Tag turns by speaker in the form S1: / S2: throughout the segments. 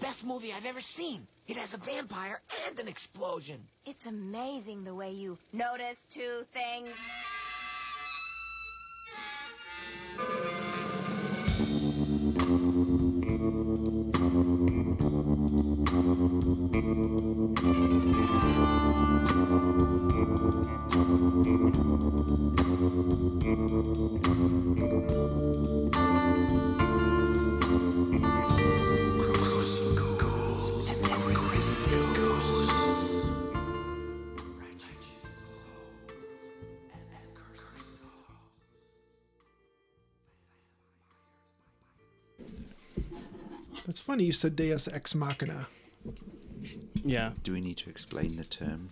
S1: Best movie I've ever seen. It has a vampire and an explosion.
S2: It's amazing the way you notice two things.
S3: That's funny. You said Deus Ex Machina.
S4: Yeah,
S5: Do we need to explain the term?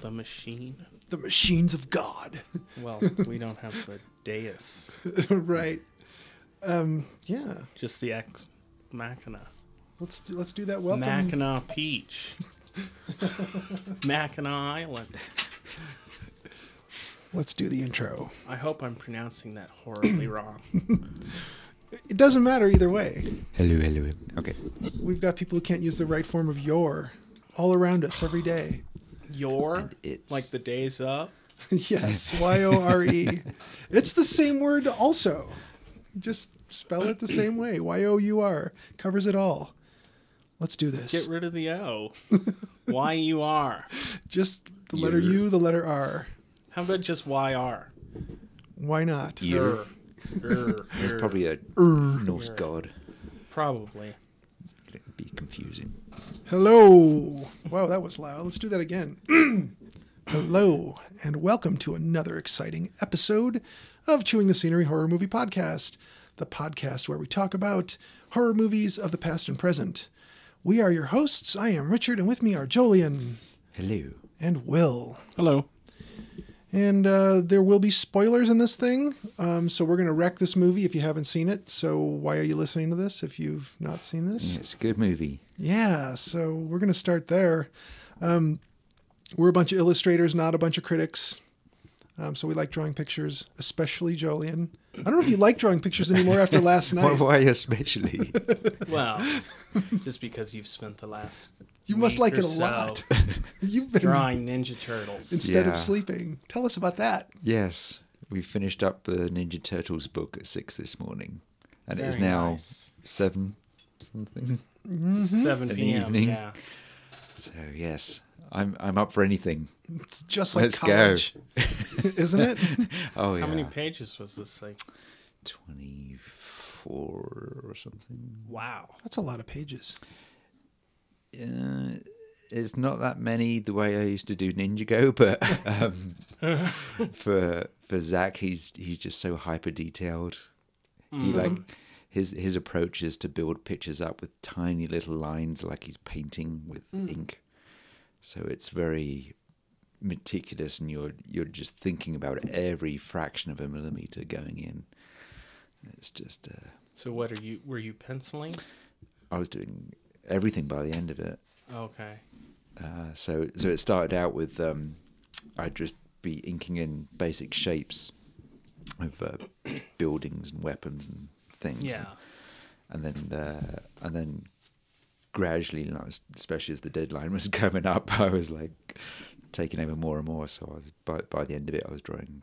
S4: the machine.
S3: The machines of God.
S4: Well, we don't have the dais,
S3: right. Um, yeah.
S4: just the ex machina.
S3: Let's let's do that. Welcome.
S4: Mackinac Peach. Mackinac Island.
S3: Let's do the intro.
S4: I hope I'm pronouncing that horribly wrong.
S3: It doesn't matter either way.
S5: Hello, hello. Okay.
S3: We've got people who can't use the right form of your all around us every day.
S4: Your,
S5: it's-
S4: like the days up.
S3: yes, Y O R E. It's the same word also. Just spell it the same way. Y O U R covers it all. Let's do this.
S4: Get rid of the O. Y U R.
S3: Just the letter
S5: Yer.
S3: U, the letter R.
S4: How about just Er. Y R?
S3: Why not?
S5: You.
S4: It's
S5: It's probably a Norse
S4: Yer.
S5: god.
S4: probably.
S5: It'd be confusing.
S3: Hello. Wow, that was loud. Let's do that again. Hello, and welcome to another exciting episode of Chewing the Scenery Horror Movie Podcast, the podcast where we talk about horror movies of the past and present. We are your hosts. I am Richard, and with me are Jolien
S5: Hello.
S3: and Will.
S4: Hello.
S3: And uh, there will be spoilers in this thing, um, so we're going to wreck this movie if you haven't seen it. So why are you listening to this if you've not seen this?
S5: Yeah, it's a good movie.
S3: Yeah, so we're going to start there. Um, we're a bunch of illustrators, not a bunch of critics. Um, so we like drawing pictures, especially Jolien. I don't know if you like drawing pictures anymore after last
S5: Why,
S3: night.
S5: why especially?
S4: Well, just because you've spent the last.
S3: You must
S4: week
S3: like it
S4: or
S3: a
S4: so
S3: lot. You've been
S4: drawing Ninja Turtles.
S3: instead
S5: Yeah.
S3: of sleeping. Tell us about that.
S5: yes. We finished up the Ninja Turtles book at six this morning, and it is
S4: Very
S5: now
S4: nice.
S5: seven something.
S4: 7
S5: In the
S4: p.m.
S5: evening.
S4: Yeah.
S5: So yes, I'm I'm up for anything.
S3: It's just like
S5: Let's go.
S3: college, isn't it?
S5: Oh yeah,
S4: How many pages was this? Like,
S5: twenty four or something.
S4: wow.
S3: That's a lot of pages.
S5: Uh, it's not that many the way I used to do Ninjago, but um, for for Zach, he's he's just so hyper detailed. He like his his approach is to build pictures up with tiny little lines, like he's painting with ink. So it's very meticulous, and you're you're just thinking about every fraction of a millimeter going in. It's just uh,
S4: So what are you? Were you penciling?
S5: I was doing everything by the end of it.
S4: Okay.
S5: Uh, so so it started out with um, I'd just be inking in basic shapes of uh, buildings and weapons and things.
S4: Yeah.
S5: And then uh, and then gradually, you know, es- especially as the deadline was coming up, I was like taking over more and more. So I was by by the end of it, I was drawing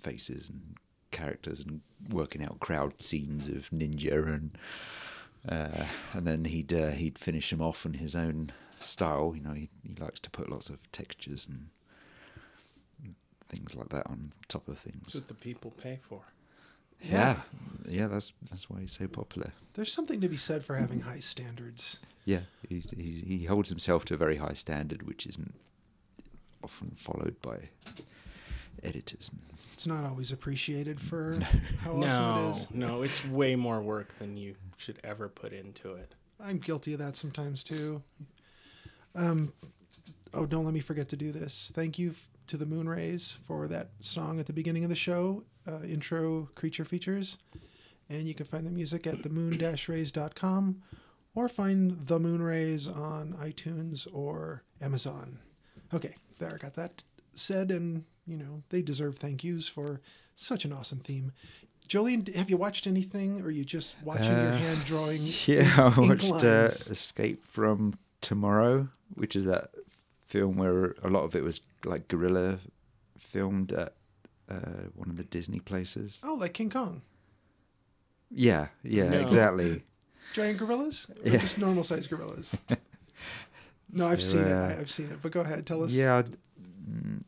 S5: faces and characters and working out crowd scenes of ninja and uh, and then he'd uh, he'd finish them off in his own style. You know, he, he likes to put lots of textures and things like that on top of
S4: That's
S5: things.
S4: what the people pay for.
S5: Yeah, yeah, that's that's why he's so popular.
S3: There's something to be said for having high standards.
S5: Yeah, he he, he holds himself to a very high standard, which isn't often followed by editors.
S3: It's not always appreciated for how awesome Oh, it
S4: No,
S3: is.
S4: no, it's way more work than you should ever put into it.
S3: I'm guilty of that sometimes too. Um, oh, don't let me forget to do this. Thank you f- to the Moon Rays for that song at the beginning of the show, uh, intro creature features. And you can find the music at themoon-rays.com or find The Moon Rays on iTunes or Amazon. Okay, there, I got that said. And, you know, they deserve thank yous for such an awesome theme. Jolene, have you watched anything, or are you just watching your
S5: Uh,
S3: hand drawing?
S5: Yeah, I
S3: ink
S5: watched uh,
S3: lines?
S5: Escape from Tomorrow, which is that film where a lot of it was like guerrilla filmed at uh, one of the Disney places.
S3: Oh, like King Kong,
S5: Yeah, yeah,
S4: No.
S5: exactly.
S3: giant gorillas, or
S5: Yeah.
S3: just normal sized gorillas. No, I've
S5: So,
S3: seen it.
S5: uh,
S3: I, I've seen it. But go ahead, tell us.
S5: yeah, I-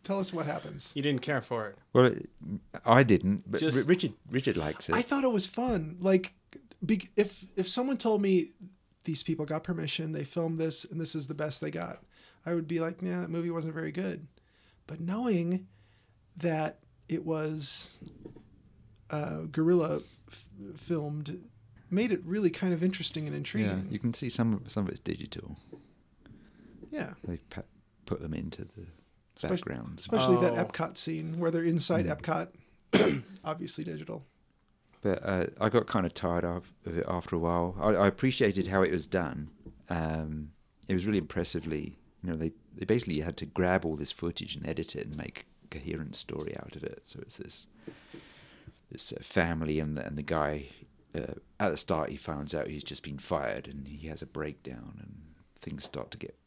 S3: Tell us what happens.
S4: You didn't care for it.
S5: well, it- I didn't, but
S4: Just-
S5: Ri- Richard Richard likes it.
S3: I thought it was fun. Like, be, if if someone told me these people got permission, they filmed this, and this is the best they got, I would be like, nah, that movie wasn't very good. But knowing that it was uh, guerrilla f- filmed made it really kind of interesting and
S5: yeah,
S3: intriguing.
S5: you can see some some of it's digital.
S3: Yeah.
S5: They pa- put them into the
S3: Especially-
S5: background.
S3: Especially
S4: Oh.
S3: that Epcot scene where they're inside Epcot, obviously digital.
S5: but uh, I got kind of tired of, of it after a while. I, I appreciated how it was done. Um, it was really impressively, you know, they, they basically had to grab all this footage and edit it and make a coherent story out of it. So it's this this uh, family and the, and the guy uh, at the start he finds out he's just been fired and he has a breakdown and things start to get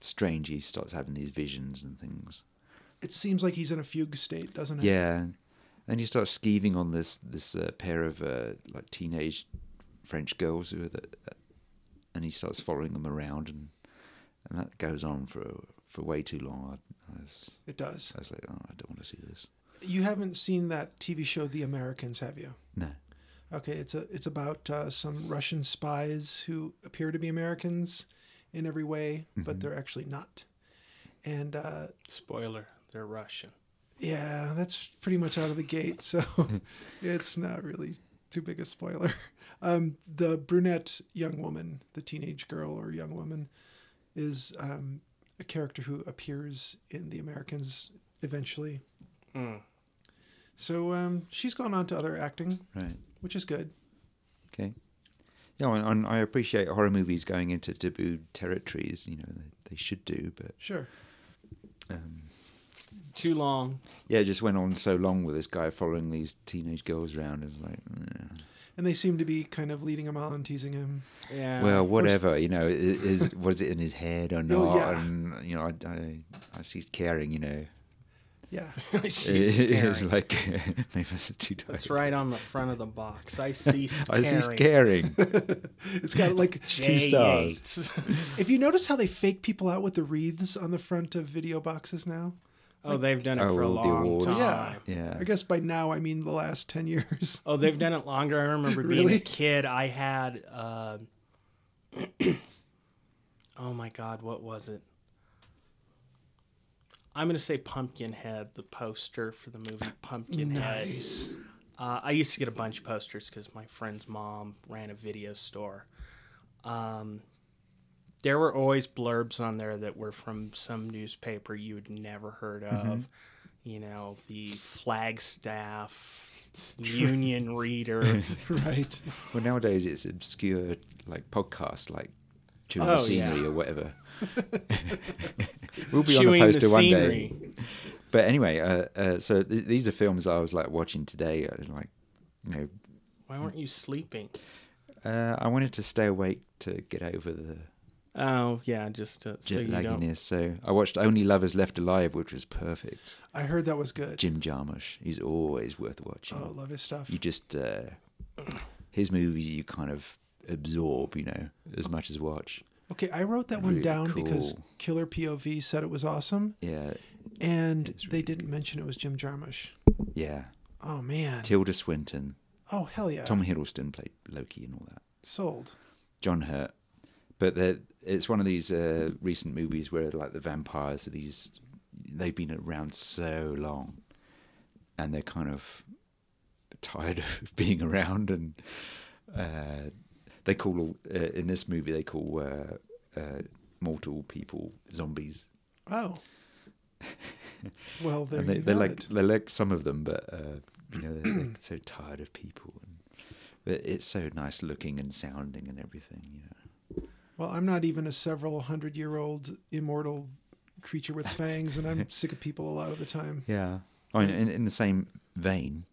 S5: strange. He starts having these visions and things.
S3: It seems like he's in a fugue state, doesn't it?
S5: Yeah, and you start skeeving on this this uh, pair of uh, like teenage French girls who are the, uh, and he starts following them around, and and that goes on for for way too long. I, I, was,
S3: It does.
S5: I was like, oh, I don't want to see this.
S3: You haven't seen that TV show The Americans, have you?
S5: No,
S3: Okay, it's a it's about uh, some Russian spies who appear to be Americans in every way, but they're actually not. And uh,
S4: Spoiler, they're Russian.
S3: yeah, that's pretty much out of the gate, so it's not really too big a spoiler. Um, the brunette young woman, the teenage girl or young woman, is um, a character who appears in The Americans eventually.
S4: Mm.
S3: So um, she's gone on to other acting,
S5: right,
S3: which is good.
S5: okay. Yeah, and, and I appreciate horror movies going into taboo territories. You know, they, they should do, but
S3: Sure.
S5: um,
S4: Too long.
S5: yeah, it just went on so long with this guy following these teenage girls around. It's like, eh.
S3: And they seem to be kind of leading him on, teasing him.
S4: Yeah.
S5: Well, whatever you know, i- is was it in his head or not?
S3: Oh, yeah.
S5: And you know, I, I, I ceased caring. You know,
S3: Yeah.
S4: I ceased
S5: it, it was
S4: caring.
S5: like maybe I was too tired.
S4: That's right on the front of the box. I ceased
S5: I
S4: caring.
S5: ceased caring.
S3: It's got like
S5: Two stars.
S3: if you notice how they fake people out with the wreaths on the front of video boxes now.
S4: oh, they've done it for a
S5: Oh, the
S4: long
S5: awards.
S4: time.
S3: Yeah.
S5: Yeah.
S3: I guess by now I mean the last 10 years.
S4: Oh, they've done it longer. I remember being
S3: Really?
S4: a kid. I had, uh, oh my God, what was it? I'm going to say Pumpkinhead, the poster for the movie Pumpkinhead.
S3: Nice.
S4: Uh, I used to get a bunch of posters because my friend's mom ran a video store. Um, there were always blurbs on there that were from some newspaper you had never heard of.
S5: Mm-hmm.
S4: You know, the Flagstaff Union Reader.
S3: Right.
S5: Well, nowadays it's obscure like podcasts, like chewing
S4: Oh,
S5: the scenery
S4: yeah.
S5: or whatever. we'll be on a
S4: Chewing the
S5: poster one
S4: scenery.
S5: day. But anyway, uh, uh, so th- these are films I was like watching today. I was like, you know,
S4: Why weren't you sleeping?
S5: uh, I wanted to stay awake to get over the
S4: Oh yeah, just to, so
S5: jet
S4: you don't.
S5: lagginess. So I watched Only Lovers Left Alive, which was perfect.
S3: I heard that was good.
S5: Jim Jarmusch, he's always worth watching.
S3: Oh, love his stuff.
S5: You just uh, his movies you kind of absorb, you know, as much as watch.
S3: Okay, I wrote that one
S5: Really
S3: down because
S5: cool.
S3: Killer POV said it was awesome
S5: Yeah,
S3: and they didn't mention it was Jim Jarmusch.
S5: yeah.
S3: Oh man.
S5: Tilda Swinton,
S3: Oh hell yeah.
S5: Tom Hiddleston played Loki and all that.
S3: Sold.
S5: John Hurt, but they're- it's one of these uh, recent movies where like the vampires are these they've been around so long, and they're kind of tired of being around, and uh, they call all- uh, in this movie they call uh, uh, mortal people zombies,
S3: Oh. Well, there
S5: and they,
S3: you
S5: they
S3: have
S5: like
S3: it.
S5: they like some of them, but uh, you know they're, they're so tired of people. And, but it's so nice looking and sounding and everything, you know.
S3: Well, I'm not even a several hundred year old immortal creature
S5: Oh,
S3: with fangs, and I'm sick of people a lot of the time.
S5: Yeah. I mean, in, in the same vein,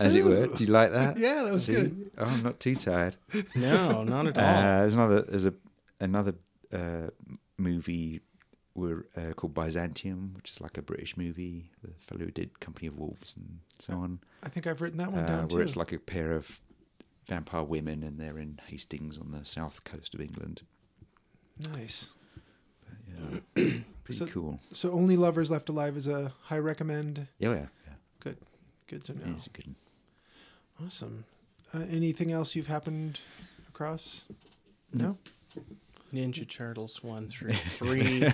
S5: as it were. Do you like that?
S3: Yeah, that was good.
S5: Oh, I'm not too tired.
S4: No, not at all.
S5: Uh, there's another there's a another uh, movie were uh, called Byzantium, which is like a British movie. The fellow who did Company of Wolves and so on,
S3: I think I've written that one
S5: uh,
S3: Oh, down too.
S5: where it's like a pair of vampire women and they're in Hastings on the south coast of England.
S3: nice.
S5: Pretty
S3: So-
S5: cool.
S3: So only lovers left alive is a high recommend.
S5: Yeah, yeah, yeah.
S3: Good, good to know.
S5: yeah it's a good one.
S3: Awesome. Uh, anything else you've happened across? No.
S4: Ninja Turtles one through three,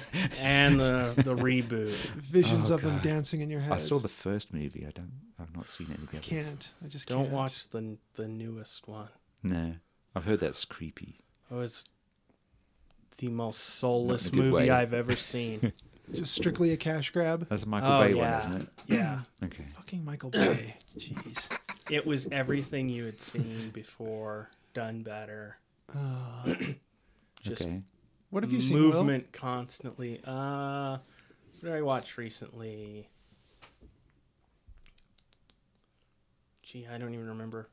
S4: and the the reboot.
S3: Visions
S5: Oh,
S3: of them
S5: God.
S3: dancing in your head.
S5: I saw the first movie. I don't. I've not seen any of the others.
S3: Can't. I just
S4: Don't
S3: can't.
S4: watch the the newest one.
S5: No, I've heard that's creepy.
S4: It was Oh, the most soulless
S5: Not in a good
S4: movie
S5: way.
S4: I've ever seen.
S3: Just strictly a cash grab.
S5: That's a Michael
S4: Oh,
S5: Bay
S4: yeah.
S5: one, isn't it?
S4: yeah,
S5: Okay.
S3: Fucking Michael Bay. Jeez.
S4: it was everything you had seen before, done better.
S3: Uh,
S4: Just
S5: okay.
S3: what have you seen? Will?
S4: movement constantly. Uh, what did I watch recently? Gee, I don't even remember.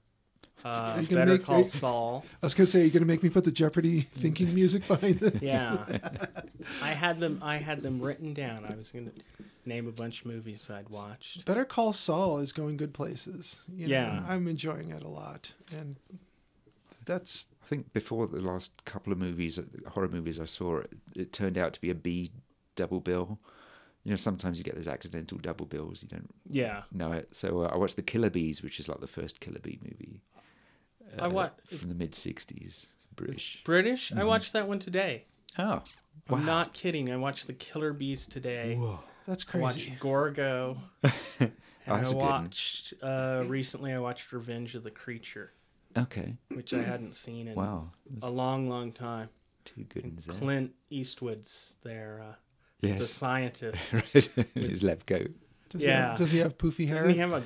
S4: Uh,
S3: you gonna
S4: Better
S3: make-
S4: Call
S3: are-
S4: Saul.
S3: I was gonna say you're gonna make me put the Jeopardy thinking music behind this.
S4: Yeah, I had them. I had them written down. I was gonna name a bunch of movies I'd watched.
S3: Better Call Saul is going good places. You know,
S4: Yeah.
S3: I'm enjoying it a lot, and that's
S5: I think before the last couple of movies, uh, horror movies I saw, it, it turned out to be a B double bill. You know, sometimes you get those accidental double bills. You don't
S4: Yeah,
S5: know it. So uh, I watched The Killer Bees, which is like the first Killer Bee movie Uh,
S4: I watched
S5: from the mid 60s. British.
S4: British. I watched that one today.
S5: Oh. Mm-hmm. Wow.
S4: I'm not kidding. I watched The Killer Bees today.
S3: that's
S4: I
S3: crazy.
S4: watched Gorgo. and
S5: Oh, that's
S4: I
S5: a good one.
S4: watched uh, recently. I watched Revenge of the Creature,
S5: Okay.
S4: which I hadn't seen in
S5: Wow. There's
S4: a long, long time.
S5: two good ones there.
S4: Oh, Clint Eastwood's there. Uh, he's a
S5: Yes.
S4: scientist.
S5: right. His left coat.
S3: Does He
S4: Yeah.
S3: have, does he have poofy hair?
S4: Doesn't he have a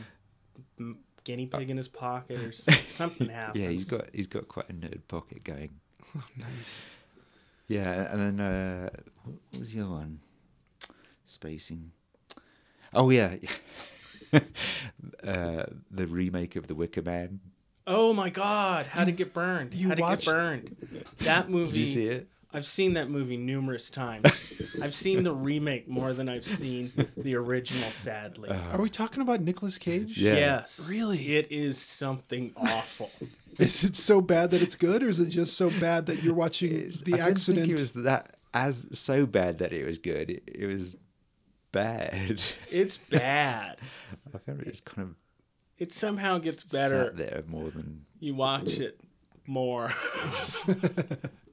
S4: m- guinea pig in his pocket or some- something happens?
S5: Yeah, he's got he's got quite a nerd pocket going.
S3: Oh, nice.
S5: Yeah, and then uh, what was the other one? Spacing. Oh yeah, uh, the remake of The Wicker Man.
S4: Oh my God! How to get burned?
S3: You
S4: how to
S3: watched-
S4: get burned? That movie.
S5: Did you see it?
S4: I've seen that movie numerous times. I've seen the remake more than I've seen the original, sadly.
S3: Are we talking about Nicolas Cage?
S5: Uh, Yeah.
S4: Yes.
S3: Really?
S4: It is something awful.
S3: Is it so bad that it's good, or is it just so bad that you're watching the
S5: I don't
S3: accident?
S5: think it was that as so bad that it was good. It, it was bad.
S4: It's bad.
S5: I found it was kind of
S4: It somehow gets
S5: better
S4: better.
S5: sat there more than.
S4: You watch it more.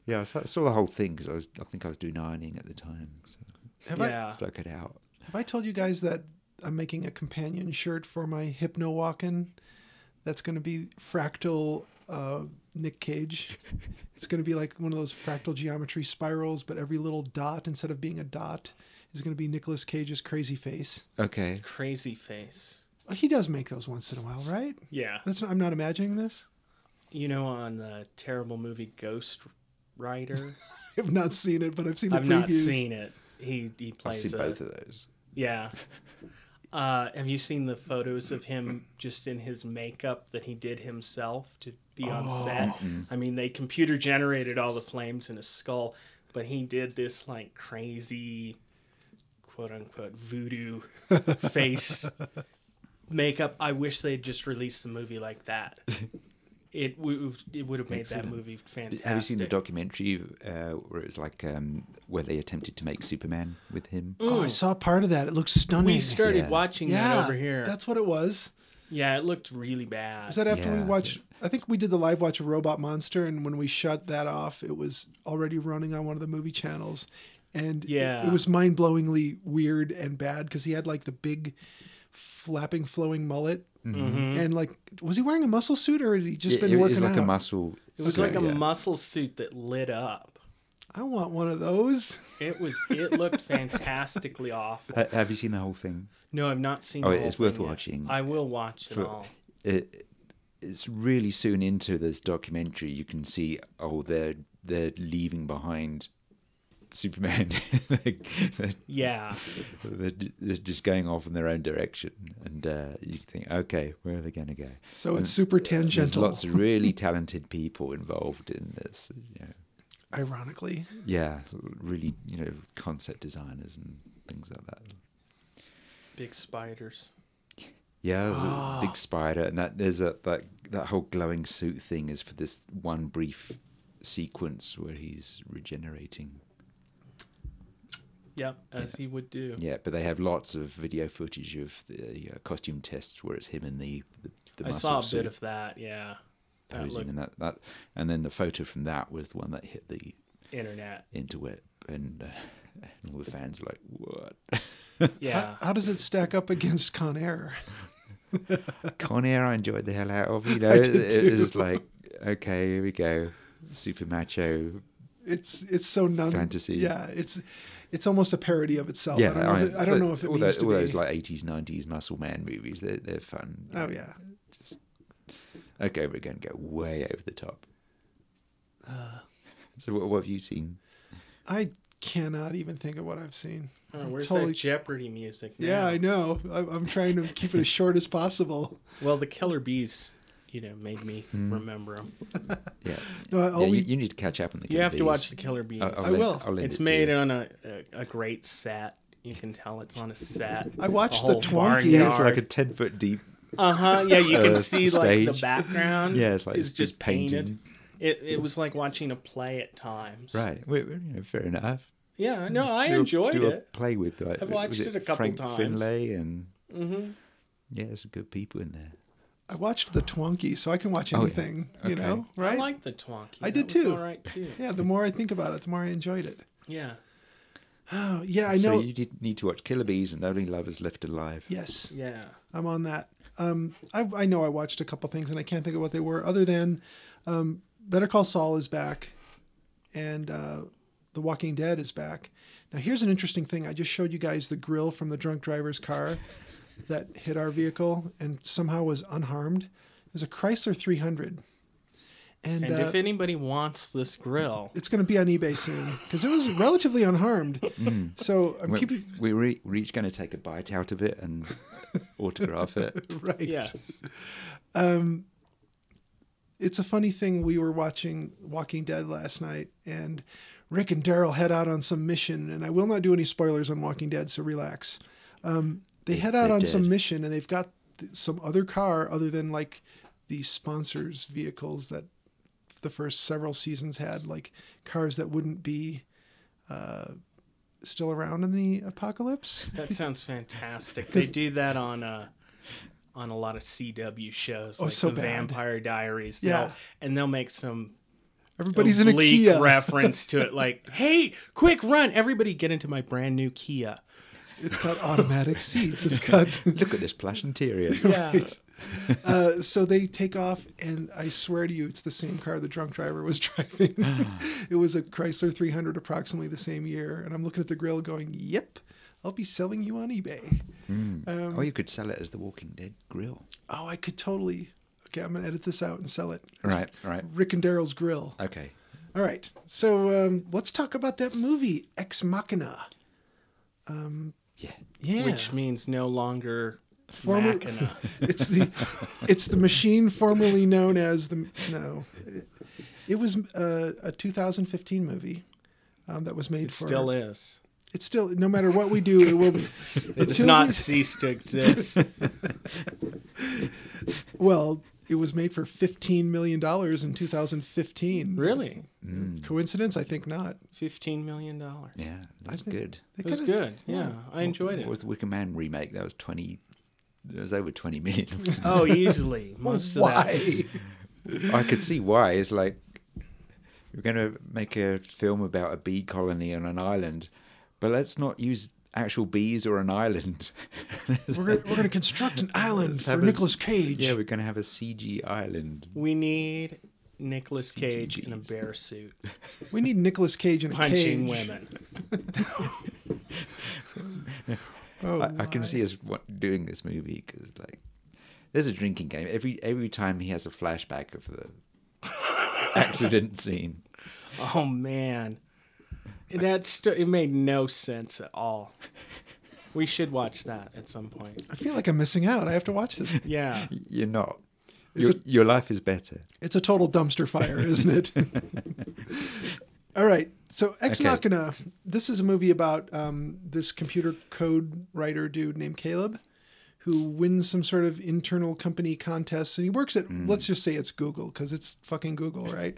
S5: Yeah, I saw, I saw the whole thing because I was I think I was doing ironing at the time, so
S3: have,
S4: yeah.
S5: stuck it out.
S3: I, have I told you guys that I'm making a companion shirt for my Hypno Walkin? That's going to be fractal uh, Nick Cage. It's going to be like one of those fractal geometry spirals, but every little dot, instead of being a dot, is going to be Nicolas Cage's crazy face.
S5: Okay.
S4: Crazy face.
S3: He does make those once in a while, right?
S4: Yeah.
S3: That's not, I'm not imagining this.
S4: You know, on the terrible movie Ghost Rider,
S3: I've not seen it, but I've seen the
S4: I've
S3: previews.
S4: not seen it. He he
S5: I've
S4: plays
S5: seen
S4: a-
S5: both of those.
S4: Yeah. Uh, have you seen the photos of him just in his makeup that he did himself to be on set?
S5: Mm-hmm.
S4: I mean, they computer generated all the flames in his skull, but he did this like crazy, quote unquote, voodoo face makeup. I wish they'd just released the movie like that. It, w- it would have made that movie fantastic.
S5: Have you seen the documentary uh, where it was like um, where they attempted to make Superman with him?
S4: Mm,
S3: Oh, I saw part of that. It looks stunning.
S4: We started
S5: Yeah.
S4: watching
S3: yeah,
S4: that over here.
S3: That's what it was.
S4: Yeah, it looked really bad.
S3: Is that after we
S5: Yeah.
S3: watched? I think we did the live watch of Robot Monster, and when we shut that off, it was already running on one of the movie channels, and it-
S4: Yeah.
S3: it, was mind blowingly weird and bad because he had like the big, flapping, flowing mullet,
S4: Mm-hmm.
S3: and like, was he wearing a muscle suit or had he just
S5: It-
S3: been
S5: it,
S3: working
S5: was like
S3: out?
S5: a muscle.
S4: It was like a muscle suit that lit up.
S3: I want one of those.
S4: It was. It looked fantastically awful.
S5: Have you seen the whole thing?
S4: No, I've not seen.
S5: Oh,
S4: the
S5: it
S4: whole
S5: is worth
S4: thing yet.
S5: watching.
S4: I will watch it
S5: For-
S4: all.
S5: It, it's really soon into this documentary. You can see oh they're they're leaving behind Superman. Like, they're,
S4: Yeah.
S5: they're ju- they're just going off in their own direction, and uh, you think, okay, where are they going to go?
S3: So it's super
S5: There's
S3: tangential,
S5: lots of really talented people involved in this. You know.
S3: ironically.
S5: Yeah, really, you know, concept designers and things like that.
S4: Big spiders.
S5: Yeah, it was
S3: Ah.
S5: a big spider, and that there's a that that whole glowing suit thing is for this one brief sequence where he's regenerating.
S4: Yep, as he would do.
S5: Yeah, but they have lots of video footage of the uh, costume tests where it's him in the the, the
S4: I
S5: muscle
S4: saw a
S5: suit
S4: bit of that. Yeah. That
S5: posing,
S4: looked
S5: and that, that and then the photo from that was the one that hit the
S4: internet.
S5: interweb, and, uh, and all the fans were like, "What?"
S4: Yeah.
S3: How, how does it stack up against Con Air?
S5: Con Air, I enjoyed the hell out of. You know,
S3: did
S5: it,
S3: too.
S5: was like, okay, here we go, super macho.
S3: It's it's so non
S5: Fantasy.
S3: Yeah, it's it's almost a parody of itself.
S5: Yeah,
S3: Oh, I don't know if it, I don't know if it
S5: all,
S3: means
S5: those,
S3: to
S5: all
S3: be.
S5: those like eighties, nineties muscle man movies. They're they're fun.
S3: oh yeah,
S5: Okay, we're going to go way over the top.
S3: Uh.
S5: so what, what have you seen?
S3: I cannot even think of what I've seen.
S4: Oh, where's
S3: totally-
S4: that Jeopardy music?
S3: Yeah,
S4: now?
S3: I know. I, I'm trying to keep it as short as possible.
S4: Well, the Killer Bees, you know, made me
S5: Hmm.
S4: remember them.
S5: Yeah,
S3: No, I- all
S5: yeah you,
S3: Oh, we-
S5: you need to catch up on the.
S4: You have to
S5: Killer
S4: watch
S5: Bees.
S4: the Killer Bees.
S5: I'll- I'll
S3: I
S5: lend-
S3: will.
S5: I'll lend
S4: it's
S5: it to
S4: made
S5: you.
S4: on a, a, a great set. You can tell it's on a set.
S3: I watched the Twonkies.
S5: Yeah, it's like a ten foot deep.
S4: Uh huh. Yeah, you can
S5: uh,
S4: see like
S5: stage.
S4: the background.
S5: Yeah, it's like
S4: is
S5: it's
S4: just
S5: just
S4: painted.
S5: painting.
S4: It it was like watching a play at times.
S5: Right. Well, you know, fair enough.
S4: Yeah. No, I
S5: do a-
S4: enjoyed
S5: do a
S4: it.
S5: play with. Like,
S4: I've watched
S5: was
S4: it a couple
S5: Frank
S4: times. Mm-hmm.
S5: Finlay and yeah, there's some good people in there.
S3: I watched the Twonky, so I can watch
S5: Oh, yeah.
S3: anything. You
S5: Okay.
S3: know,
S4: I
S3: right?
S4: liked the Twonky.
S3: I
S4: That
S3: did
S4: was
S3: too.
S4: All right too.
S3: yeah, the more I think about it, the more I enjoyed it.
S4: Yeah.
S3: Oh yeah, I
S5: So
S3: know.
S5: you did need to watch Killer Bees and Only Lovers Left Alive.
S3: Yes,
S4: Yeah.
S3: I'm on that. Um, I, I know I watched a couple things and I can't think of what they were, other than um, Better Call Saul is back and uh, The Walking Dead is back. Now, here's an interesting thing. I just showed you guys the grill from the drunk driver's car that hit our vehicle and somehow was unharmed. It was a Chrysler 300. And,
S4: And
S3: uh,
S4: if anybody wants this grill,
S3: it's going to be on eBay soon because it was relatively unharmed. So I'm
S5: We're,
S3: keeping.
S5: we re, we're each going to take a bite out of it and autograph it.
S3: Right.
S4: yes.
S3: it's a funny thing. We were watching Walking Dead last night, and Rick and Daryl head out on some mission. And I will not do any spoilers on Walking Dead, so relax. Um, they head out
S5: they're
S3: on some
S5: dead.
S3: mission, and they've got th- some other car other than like the sponsors' vehicles that the first several seasons had, like cars that wouldn't be uh, still around in the apocalypse.
S4: That sounds fantastic. They do that on uh, on a lot of CW shows, like
S3: Oh, so
S4: the
S3: bad.
S4: Vampire Diaries.
S3: Yeah.
S4: They'll- and they'll make some
S3: Everybody's in a
S4: oblique
S3: Kia.
S4: reference to it, like, "Hey, quick run! Everybody get into my brand new Kia."
S3: It's got automatic seats. It's got
S5: Look at this plush interior.
S4: Yeah,
S3: Uh, so they take off, and I swear to you, it's the same car the drunk driver was driving. it was a Chrysler 300, approximately the same year. And I'm looking at the grill, going, "Yep, I'll be selling you on eBay."
S5: or Oh, you could sell it as the Walking Dead grill.
S3: Oh, I could totally. Okay, I'm gonna edit this out and sell it.
S5: Right, right.
S3: Rick and Daryl's grill.
S5: Okay.
S3: All right, so um, let's talk about that movie Ex Machina.
S5: Yeah.
S3: Yeah,
S4: which means no longer uh,
S3: Former-
S4: Machina.
S3: it's the it's the machine formerly known as the no. It, it was uh, a 2015 movie um, that was made
S4: It
S3: for
S4: still is.
S3: it's still no matter what we do, it will.
S4: It's
S3: until
S4: not
S3: we-
S4: ceased to exist.
S3: well. It was made for fifteen million dollars in 2015.
S4: Really,
S3: Coincidence? I think not.
S4: fifteen million dollars.
S5: Yeah, that's
S3: think-
S5: good.
S3: They
S4: It was
S3: kinda-
S4: good. Yeah, I enjoyed
S5: What was
S4: it.
S5: the Wicker Man remake? That was 20. It was over 20 million. wasn't
S4: Oh, easily most of that. was-
S3: Why?
S5: it? I could see why. It's like, we're going to make a film about a bee colony on an island, but let's not use actual bees or an island.
S3: We're gonna, we're gonna construct an island
S5: Let's
S3: for
S5: have a-
S3: Nicolas Cage.
S5: Yeah, we're going to have a CG island.
S4: We need Nicolas Cage in a
S5: CGBs.
S4: bear suit
S3: we need Nicolas Cage in a
S4: punching
S3: cage.
S4: women.
S3: Oh,
S5: I, I can see us wa- doing this movie because like there's a drinking game every every time he has a flashback of the accident scene.
S4: Oh man, That's st- it made no sense at all. We should watch that at some point.
S3: I feel like I'm missing out. I have to watch this.
S4: Yeah.
S5: You're not.
S3: It's
S5: Your,
S3: a-
S5: your life is better.
S3: It's a total dumpster fire, isn't it? All right. So Ex
S5: Okay.
S3: Machina. This is a movie about um, this computer code writer dude named Caleb, who wins some sort of internal company contest, and he works at let's just say it's Google because it's fucking Google, right?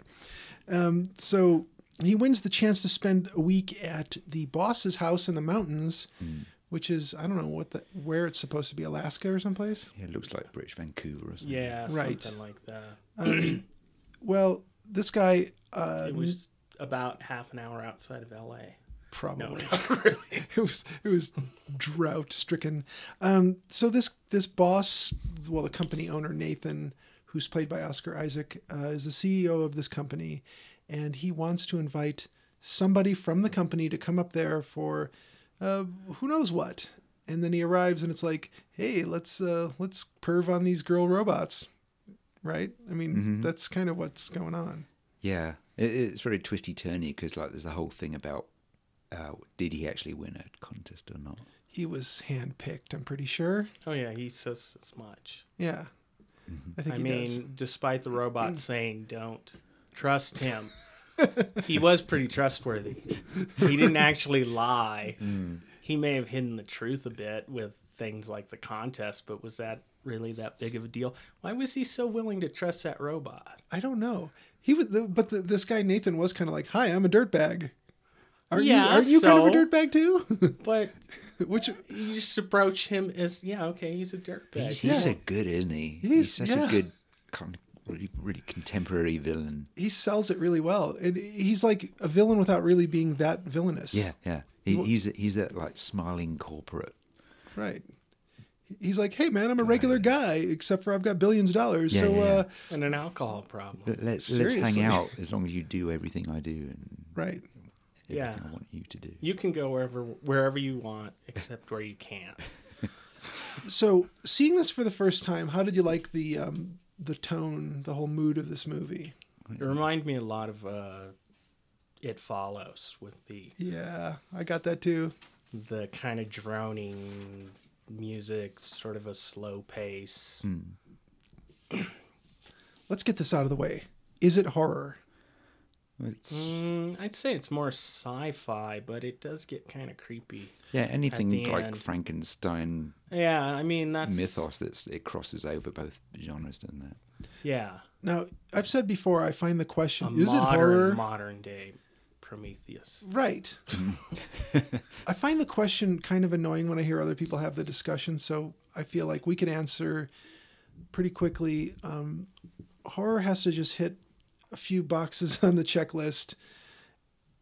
S3: Um, so he wins the chance to spend a week at the boss's house in the mountains, which is I don't know what the where it's supposed to be, Alaska or someplace.
S5: Yeah, it looks like British Vancouver or something.
S4: Yeah.
S3: Right.
S4: Something like that.
S3: Well, this guy uh,
S4: It was about half an hour outside of LA.
S3: probably.
S4: No, not really.
S3: it was it was drought stricken. Um, so this this boss, well, the company owner Nathan, who's played by Oscar Isaac, uh, is the CEO of this company, and he wants to invite somebody from the company to come up there for uh, who knows what. And then he arrives, and it's like, hey, let's uh, let's perv on these girl robots, right? I mean,
S4: Mm-hmm.
S3: that's kind of what's going on.
S5: Yeah, it, it's very twisty turny because like there's a whole thing about uh, did he actually win a contest or not?
S3: He was handpicked, I'm pretty sure.
S4: Oh yeah, he says as much.
S3: Yeah,
S5: Mm-hmm.
S3: I think
S4: I
S3: he
S4: mean,
S3: does.
S4: despite the robot saying don't trust him, he was pretty trustworthy. He didn't actually lie. He may have hidden the truth a bit with things like the contest, but was that really that big of a deal? Why was he so willing to trust that robot?
S3: I don't know. He was, the, but the, this guy Nathan was kind of like, "Hi, I'm a dirtbag." Are you
S4: Yeah,
S3: are you kind of a
S4: so-
S3: dirtbag too?
S4: But
S3: Which
S4: you just approach him as, yeah, okay, he's a dirtbag.
S5: He's, he's
S3: Yeah.
S5: so good, isn't he? He's,
S3: He's-
S5: such
S3: yeah.
S5: a good, con- really, really contemporary villain.
S3: he sells it really well, and he's like a villain without really being that villainous.
S5: Yeah, yeah. He, he's he's that like smiling corporate.
S3: right. He's like, "Hey, man, I'm a regular guy, except for I've got billions of dollars."
S5: Yeah,
S3: so,
S5: yeah, yeah.
S3: Uh,
S4: and an alcohol problem.
S5: Let- Let's let's
S3: Seriously.
S5: hang out as long as you do everything I do and
S3: right.
S5: everything
S4: Yeah.
S5: I want you to do.
S4: You can go wherever wherever you want, except where you can't.
S3: So, seeing this for the first time, how did you like the um, the tone, the whole mood of this movie?
S4: It reminded me a lot of uh, It Follows with the
S3: Yeah, I got that too.
S4: the kind of droning music, sort of a slow pace.
S5: Hmm.
S3: Let's get this out of the way. Is it horror?
S5: It's-
S4: Mm, I'd say it's more sci-fi, but it does get kind of creepy.
S5: yeah, anything
S4: the
S5: like
S4: end.
S5: Frankenstein
S4: Yeah, I mean that's
S5: mythos that's it crosses over both genres, doesn't it?
S4: Yeah,
S3: Now, I've said before, I find the
S4: a
S3: question is it
S4: modern
S3: horror?
S4: modern day Prometheus.
S3: right. I find the question kind of annoying when I hear other people have the discussion, so I feel like we can answer pretty quickly. Um, horror has to just hit a few boxes on the checklist,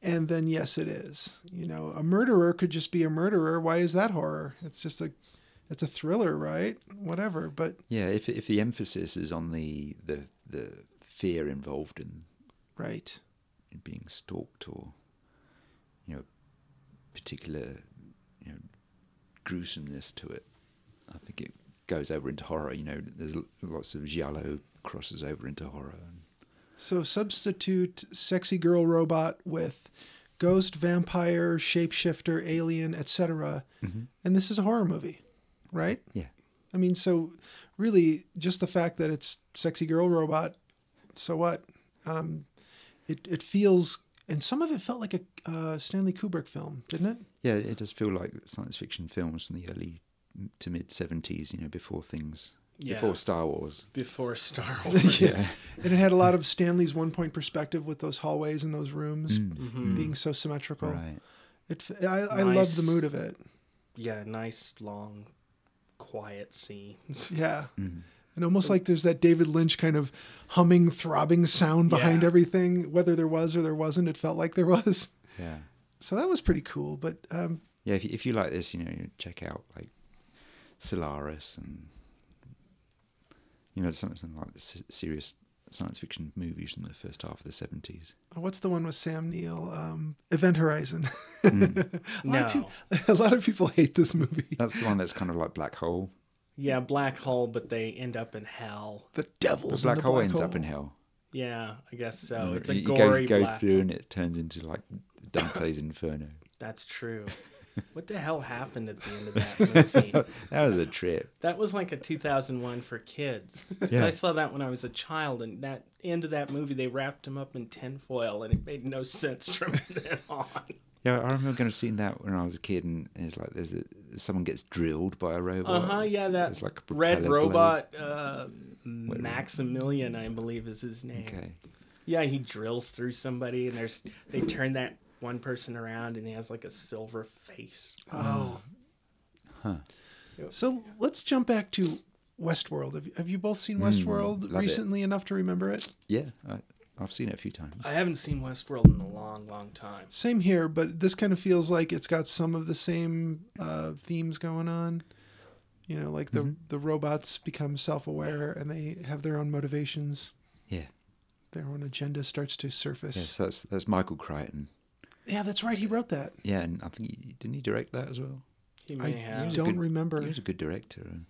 S3: and then yes, it is. You know, a murderer could just be a murderer. Why is that horror? It's just a, it's a thriller, right? Whatever. But
S5: Yeah, if if the emphasis is on the the the fear involved in,
S3: right,
S5: in being stalked or you know particular you know gruesomeness to it, I think it goes over into horror. You know, there's l- lots of giallo crosses over into horror.
S3: So substitute sexy girl robot with ghost, vampire, shapeshifter, alien, etc. And this is a horror movie, right?
S5: Yeah,
S3: I mean, so really just the fact that it's sexy girl robot, so what? Um, it it feels and some of it felt like a uh, Stanley Kubrick film, didn't it?
S5: yeah, it does feel like science fiction films from the early to mid seventies. You know, before things.
S4: Yeah.
S5: Before Star Wars,
S4: Before Star Wars,
S3: And it had a lot of Stanley's one point perspective with those hallways and those rooms being so symmetrical.
S5: right?
S3: It, f- I, I love
S4: Nice.
S3: the mood of it.
S4: yeah, nice long, quiet scenes.
S3: Yeah.
S5: Mm-hmm.
S3: And almost like there's that David Lynch kind of humming, throbbing sound behind
S4: Yeah.
S3: everything, whether there was or there wasn't. It felt like there was.
S5: Yeah.
S3: So that was pretty cool. But um,
S5: yeah, if you, if you like this, you know, you check out like Solaris and you know something, something like the s- serious science fiction movies from the first half of the seventies.
S3: what's the one with Sam Neill? Um, Event Horizon.
S5: Hmm.
S3: a, lot of
S4: No.
S3: peop- a lot of people hate this movie.
S5: That's the one that's kind of like black hole.
S4: Yeah, black hole, but they end up in hell.
S3: The
S5: The
S3: devil's
S5: black
S3: in the
S5: hole
S3: black
S5: ends
S3: hole.
S5: up in hell.
S4: Yeah, I guess so. Oh, It's a
S5: You
S4: gory
S5: go, go
S4: black
S5: through and it turns into like Dante's Inferno.
S4: That's true. What the hell happened at the end of that movie?
S5: Oh, That was a trip.
S4: That was like a 2001 for kids. 'Cause
S5: Yeah.
S4: I saw that when I was a child, and that end of that movie, they wrapped him up in tinfoil, and it made no sense from then on.
S5: Yeah, I remember going to seeing that when I was a kid, and it's like there's a, someone gets drilled by a robot.
S4: Uh huh. Yeah, that
S5: It's like a
S4: red
S5: propeller blade.
S4: robot uh, Maximilian, I believe, is his name.
S5: Okay.
S4: Yeah, he drills through somebody, and there's they turn that one person around, and he has like a silver face.
S3: Oh. Huh. So let's jump back to Westworld. Have, have you both seen Westworld
S5: Hmm, love it.
S3: recently enough to remember it?
S5: Yeah, I, I've seen it a few times.
S4: I haven't seen Westworld in a long, long time.
S3: Same here, but this kind of feels like it's got some of the same uh, themes going on. You know, like the
S5: Mm-hmm.
S3: the robots become self aware and they have their own motivations.
S5: Yeah.
S3: Their own agenda starts to surface.
S5: Yes, that's that's Michael Crichton.
S3: Yeah, that's right. He wrote that.
S5: Yeah, and I think he, didn't he direct that as well?
S4: He
S3: I
S4: may have.
S3: don't
S5: good-
S3: remember.
S5: He was a good director. and-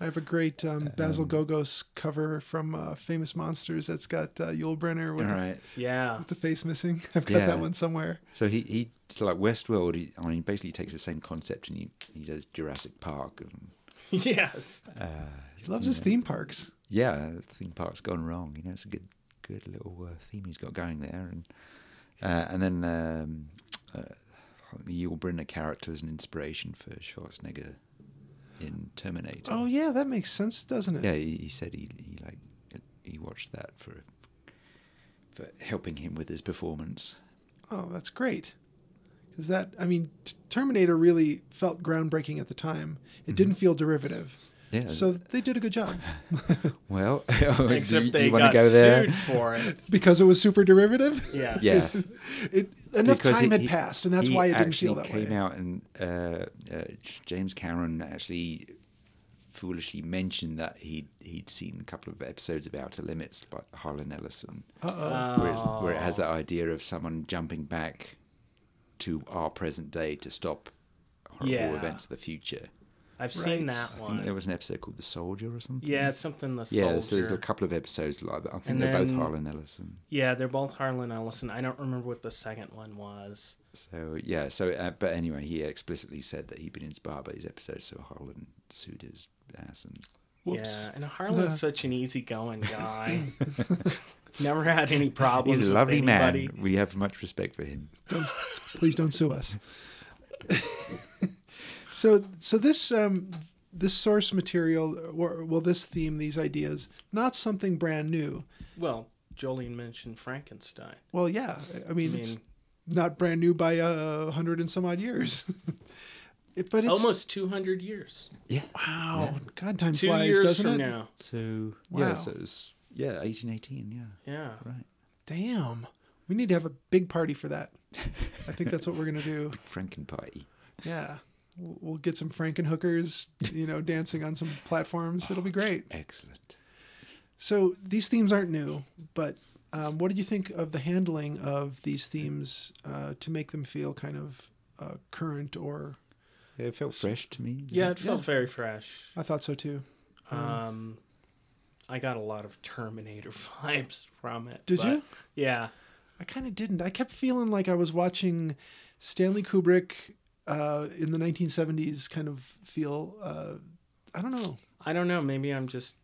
S3: I have a great um, Basil Gogos cover from uh, Famous Monsters that's got uh, Yul Brynner
S5: All
S3: with
S5: right.
S4: Yeah.
S3: the face missing. I've got
S5: Yeah.
S3: that one somewhere.
S5: So he he so like Westworld. He, I mean, he basically takes the same concept and he he does Jurassic Park. And,
S4: yes.
S3: He loves his theme parks.
S5: yeah, the theme park's gone wrong. You know, it's a good good little uh, theme he's got going there, and uh, and then um, uh, the Yul Brynner character is an inspiration for Schwarzenegger in Terminator.
S3: Oh yeah, that makes sense, doesn't it?
S5: yeah, he, he said he, he like he watched that for for helping him with his performance.
S3: Oh, that's great. Because that, I mean, t- Terminator really felt groundbreaking at the time. It didn't feel derivative.
S5: Mm-hmm. Yeah.
S3: So they did a good job
S5: well,
S4: Except
S5: do, you- do
S4: they
S5: you want
S4: got
S5: to go there?
S4: sued for it.
S3: because it was super derivative.
S4: Yes.
S5: Yeah.
S3: It, enough
S5: Because
S3: time
S5: he-
S3: had
S5: he-
S3: passed, and that's
S5: he
S3: why it didn't feel
S5: actually
S3: that way.
S5: came out and uh, uh, James Cameron actually foolishly mentioned that he he'd seen a couple of episodes of Outer Limits by Harlan Ellison, where, it's, where it has
S4: Oh.
S5: that idea of someone jumping back to our present day to stop horrible
S4: Yeah.
S5: events of the future.
S4: I've
S3: Right.
S4: seen that
S5: I think there
S4: one.
S5: was an episode called The Soldier or something.
S4: Yeah, something the soldier.
S5: Yeah, so there's a couple of episodes like that. I think
S4: And
S5: they're both
S4: then-
S5: Harlan Ellison.
S4: Yeah, they're both Harlan Ellison. I don't remember what the second one was.
S5: So yeah, so uh, but anyway, he explicitly said that he'd been inspired by these episodes, so Harlan sued his ass and
S3: Whoops.
S4: Yeah, and Harlan's such an easygoing guy. Never had any problems.
S5: he's a lovely
S4: with anybody.
S5: man. We have much respect for him.
S3: Please don't sue us. so, so this um, this source material, or well, this theme, these ideas, not something brand new.
S4: Well, Jolene mentioned Frankenstein.
S3: Well, yeah. I- I mean, it's
S4: mean-
S3: not brand new by a hundred and some odd years. It- but it's
S4: Almost 200 years.
S5: Yeah.
S3: wow. God, time
S4: Two
S3: flies,
S4: years
S3: doesn't
S4: from
S3: it?
S4: now.
S5: So
S3: Wow.
S5: yeah, so it was, yeah, eighteen eighteen. Yeah.
S4: Yeah.
S5: Right.
S3: Damn, we need to have a big party for that. I think that's what we're gonna do.
S5: Frankenparty.
S3: Yeah, we'll, we'll get some Frankenhookers, you know, dancing on some platforms. It'll be great.
S5: Excellent.
S3: So these themes aren't new, but um, what did you think of the handling of these themes uh, to make them feel kind of uh, current? Or
S5: Yeah, it felt fresh to me.
S4: Yeah, it felt
S3: Yeah.
S4: very fresh.
S3: I thought so too.
S4: Um, I got a lot of Terminator vibes from it.
S3: Did
S4: but-
S3: you?
S4: Yeah.
S3: I kind of didn't. I kept feeling like I was watching Stanley Kubrick uh, in the 1970s kind of feel. Uh, I don't know.
S4: I don't know. Maybe I'm just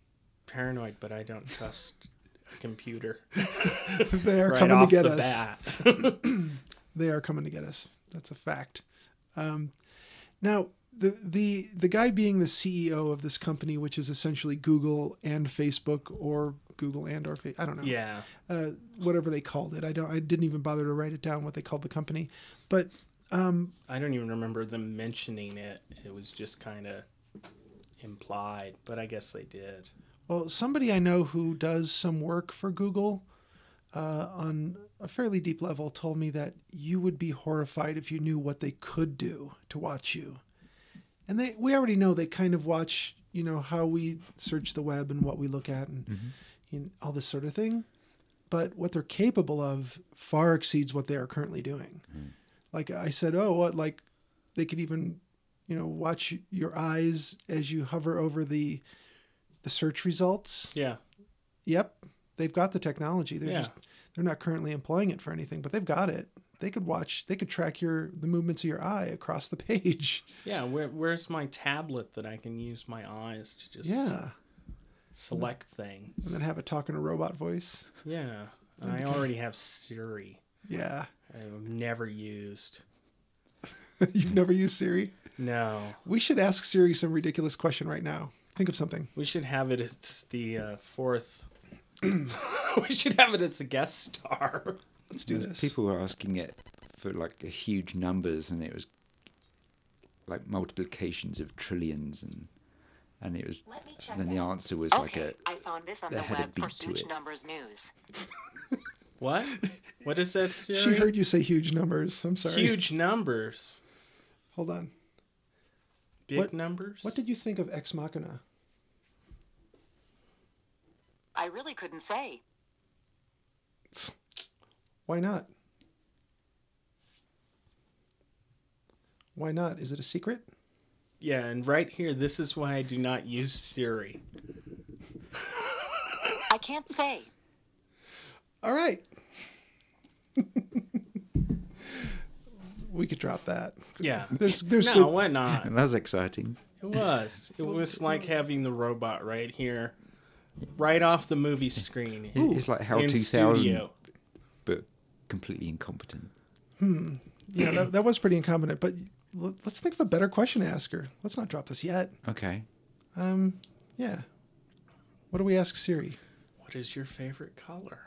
S4: paranoid, but I don't trust a computer.
S3: They are
S4: right
S3: coming
S4: off
S3: to get us.
S4: the bat.
S3: They are coming to get us. That's a fact. Um, now, the the the guy being the CEO of this company, which is essentially Google and Facebook, or Google and or Fa- I don't know.
S4: yeah.
S3: uh, whatever they called it. I don't. I didn't even bother to write it down what they called the company, but
S4: I don't even remember them mentioning it. It was just kind of implied, but I guess they did.
S3: Well, somebody I know who does some work for Google uh, on a fairly deep level told me that you would be horrified if you knew what they could do to watch you. And they, we already know they kind of watch, you know, how we search the web and what we look at and you know, all this sort of thing. But what they're capable of far exceeds what they are currently doing. Like I said, oh, what like they could even, you know, watch your eyes as you hover over the the search results.
S4: Yeah.
S3: Yep, they've got the technology. They're
S4: Yeah.
S3: just they're not currently employing it for anything, but they've got it. They could watch. They could track your the movements of your eye across the page.
S4: Yeah, where, where's my tablet that I can use my eyes to just
S3: Yeah,
S4: select things?
S3: and then have it talk in a robot voice.
S4: Yeah, and I already have Siri.
S3: Yeah,
S4: I've never used.
S3: you've never used Siri.
S4: No,
S3: We should ask Siri some ridiculous question right now. Think of something.
S4: we should have it. It's the uh, fourth. we should have it as a guest star.
S3: Let's do this.
S5: People were asking it for like huge numbers, and it was like multiplications of trillions, and and it was.
S6: Let me check
S5: then the
S6: that.
S5: answer was like
S6: Okay,
S5: a
S6: I found this on
S5: that
S6: the
S5: had a
S6: web for
S5: beat to
S6: huge
S5: it.
S6: numbers news.
S4: What? What is that, Siri?
S3: She heard you say huge numbers. I'm sorry.
S4: Huge numbers,
S3: Hold on.
S4: big
S3: What-
S4: numbers.
S3: What did you think of Ex Machina?
S6: I really couldn't say.
S3: Why not? Why not? Is it a secret?
S4: Yeah, and right here, this is why I do not use Siri.
S6: I can't say.
S3: All right. we could drop that.
S4: Yeah.
S3: There's there's
S4: no,
S3: good-
S4: why not?
S5: And that was exciting.
S4: It was. It was like having the robot right here, right off the movie screen.
S5: It- it's like how
S4: in
S5: 2000,
S4: studio.
S5: but completely incompetent.
S3: yeah that, that was pretty incompetent. But l- let's think of a better question to ask her. Let's not drop this yet.
S5: Okay.
S3: Um, yeah. What do we ask Siri?
S4: What is your favorite color?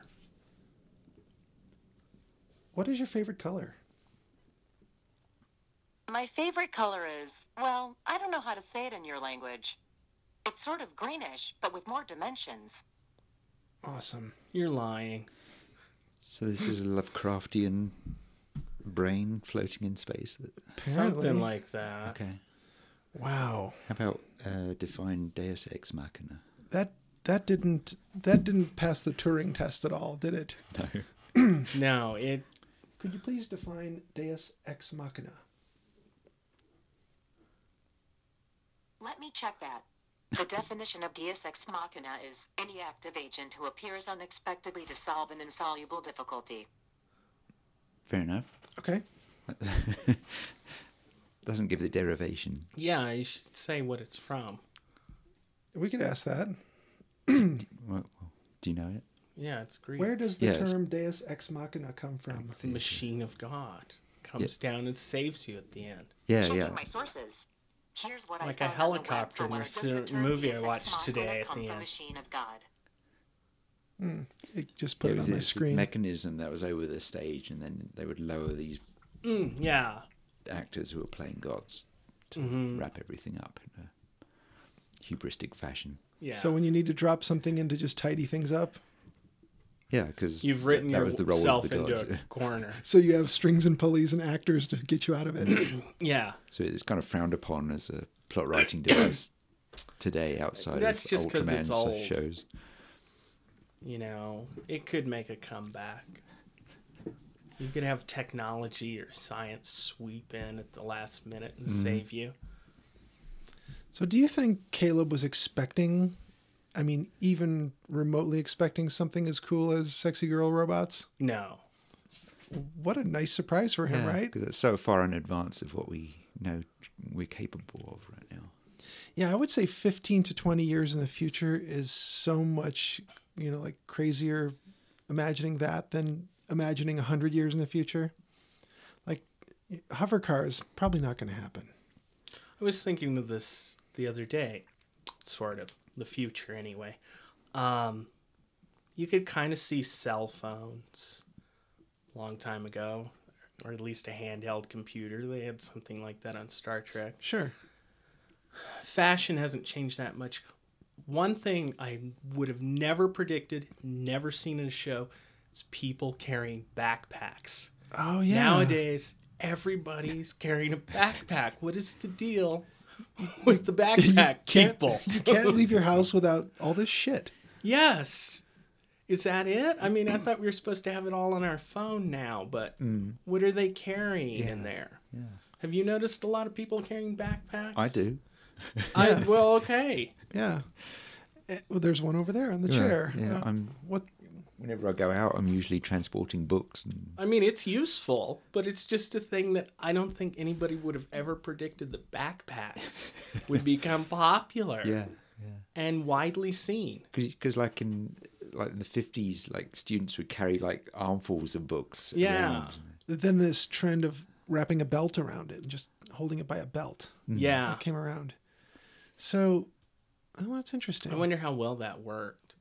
S3: What is your favorite color?
S6: My favorite color is, well, I don't know how to say it in your language. It's sort of greenish, but with more dimensions.
S3: Awesome.
S4: You're lying.
S5: So this is a Lovecraftian brain floating in space.
S3: Apparently.
S4: Something like that.
S5: Okay.
S3: wow.
S5: How about uh, define Deus Ex Machina?
S3: That that didn't that didn't pass the Turing test at all, did it?
S5: No.
S4: No, it.
S3: Could you please define Deus ex machina?
S6: Let me check that. The definition of Deus Ex Machina is any active agent who appears unexpectedly to solve an insoluble difficulty.
S5: Fair enough.
S3: Okay.
S5: Doesn't give the derivation.
S4: Yeah, you should say what it's from.
S3: We could ask that.
S5: Well, well, do you know it?
S4: Yeah, it's Greek.
S3: Where does the
S5: Yeah, it's-
S3: term Deus ex machina come from?
S4: the machine of God comes down and saves you at the end.
S5: Yeah,
S6: Checking
S5: yeah.
S6: my sources. Here's what I
S4: Like a
S6: found on the web
S4: helicopter
S6: for
S4: in
S6: where
S4: a
S6: does the
S4: certain
S6: term
S4: movie I
S6: Deus Ex
S4: watched
S6: Machina
S4: today at
S6: come
S4: the
S6: from
S4: end.
S6: machine of God.
S3: It just put
S5: It
S3: it,
S5: was
S3: on my
S5: this
S3: screen.
S5: mechanism that was over the stage, and then they would lower these
S4: Mm, yeah.
S5: actors who were playing gods to wrap everything up in a hubristic fashion.
S4: Yeah.
S3: So when you need to drop something in to just tidy things up,
S5: Yeah, because
S4: You've written
S5: that was the role
S4: yourself
S5: of the gods.
S4: into a corner.
S3: so you have strings and pulleys and actors to get you out of it.
S4: Yeah.
S5: So it's kind of frowned upon as a plot writing device today outside
S4: That's
S5: of
S4: just 'cause
S5: Ultraman
S4: it's
S5: such
S4: old.
S5: shows.
S4: you know, it could make a comeback. You could have technology or science sweep in at the last minute and
S5: Mm-hmm.
S4: save you.
S3: so do you think Caleb was expecting, I mean, even remotely expecting something as cool as sexy girl robots?
S4: No.
S3: What a nice surprise for him, right?
S5: Because it's so far in advance of what we know we're capable of right now.
S3: Yeah, I would say 15 to 20 years in the future is so much, you know, like crazier imagining that than imagining 100 years in the future. Like hover cars probably not going to happen.
S4: I was thinking of this the other day, sort of, the future anyway. Um, you could kind of see cell phones a long time ago, or at least a handheld computer. They had something like that on Star Trek.
S3: Sure.
S4: fashion hasn't changed that much. One thing I would have never predicted, never seen in a show, is people carrying backpacks.
S3: Oh yeah.
S4: Nowadays, everybody's carrying a backpack. What is the deal with the backpack people?
S3: you can't leave your house without all this shit.
S4: Yes. Is that it? I mean, I thought we were supposed to have it all on our phone now, but what are they carrying in there? Yeah. Have you noticed a lot of people carrying backpacks?
S5: I do.
S4: I, well, okay.
S3: Yeah. Eh, Well, there's one over there on the
S5: Yeah,
S3: chair.
S5: yeah,
S3: Uh,
S5: I'm-
S3: What
S5: whenever I go out, I'm usually transporting books. And
S4: I mean, it's useful, but it's just a thing that I don't think anybody would have ever predicted that backpacks would become popular
S5: yeah,
S4: and widely seen.
S5: because like in like in the fifties, like students would carry like armfuls of books.
S4: Yeah.
S5: around.
S3: Then this trend of wrapping a belt around it and just holding it by a belt
S4: Yeah.
S3: that came around. So, oh, that's interesting.
S4: I wonder how well that worked.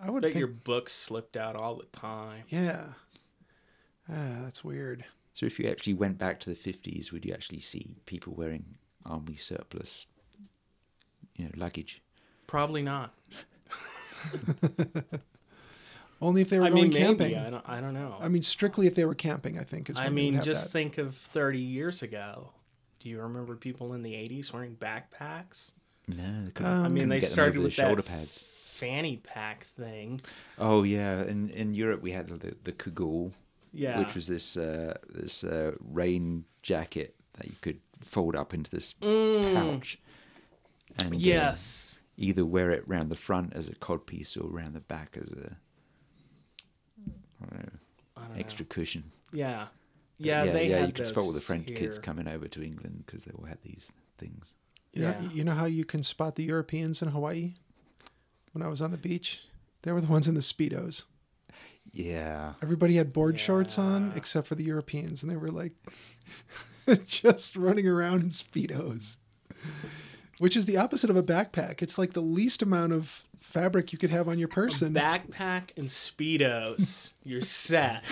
S3: I would
S4: That
S3: think,
S4: your books slipped out all the time.
S3: yeah. Ah, that's weird.
S5: So if you actually went back to the fifties, would you actually see people wearing army surplus, you know, luggage?
S4: Probably not.
S3: Only if they were
S4: I
S3: going
S4: mean,
S3: camping.
S4: maybe. I don't, I don't know.
S3: I mean, strictly if they were camping, I think. Is
S4: I
S3: when they would
S4: mean,
S3: have
S4: just
S3: that.
S4: think of 30 years ago. Do you remember people in the 80s wearing backpacks?
S5: No, they couldn't-
S3: Um,
S4: I mean,
S5: couldn't
S4: they
S5: get them
S4: started
S5: over the
S4: with
S5: shoulder
S4: that
S5: pads.
S4: fanny pack thing.
S5: Oh yeah, in in Europe we had the the cagoule,
S4: Yeah.
S5: which was this uh, this uh, rain jacket that you could fold up into this pouch, and
S4: Mm.
S5: uh,
S4: Yes.
S5: either wear it round the front as a codpiece or round the back as a I don't know, extra cushion.
S4: Yeah.
S5: But
S4: Yeah, they
S5: yeah.
S4: had
S5: you could spot all the
S4: those
S5: French kids
S4: here.
S5: coming over to England because they all had these things.
S3: You know,
S4: Yeah.
S3: you know how you can spot the Europeans in Hawaii? When I was on the beach, they were the ones in the Speedos.
S5: Yeah,
S3: Everybody had board shorts on
S4: Yeah.
S3: except for the Europeans, and they were like just running around in Speedos, which is the opposite of a backpack. It's like the least amount of fabric you could have on your person.
S4: Backpack and speedos. You're set.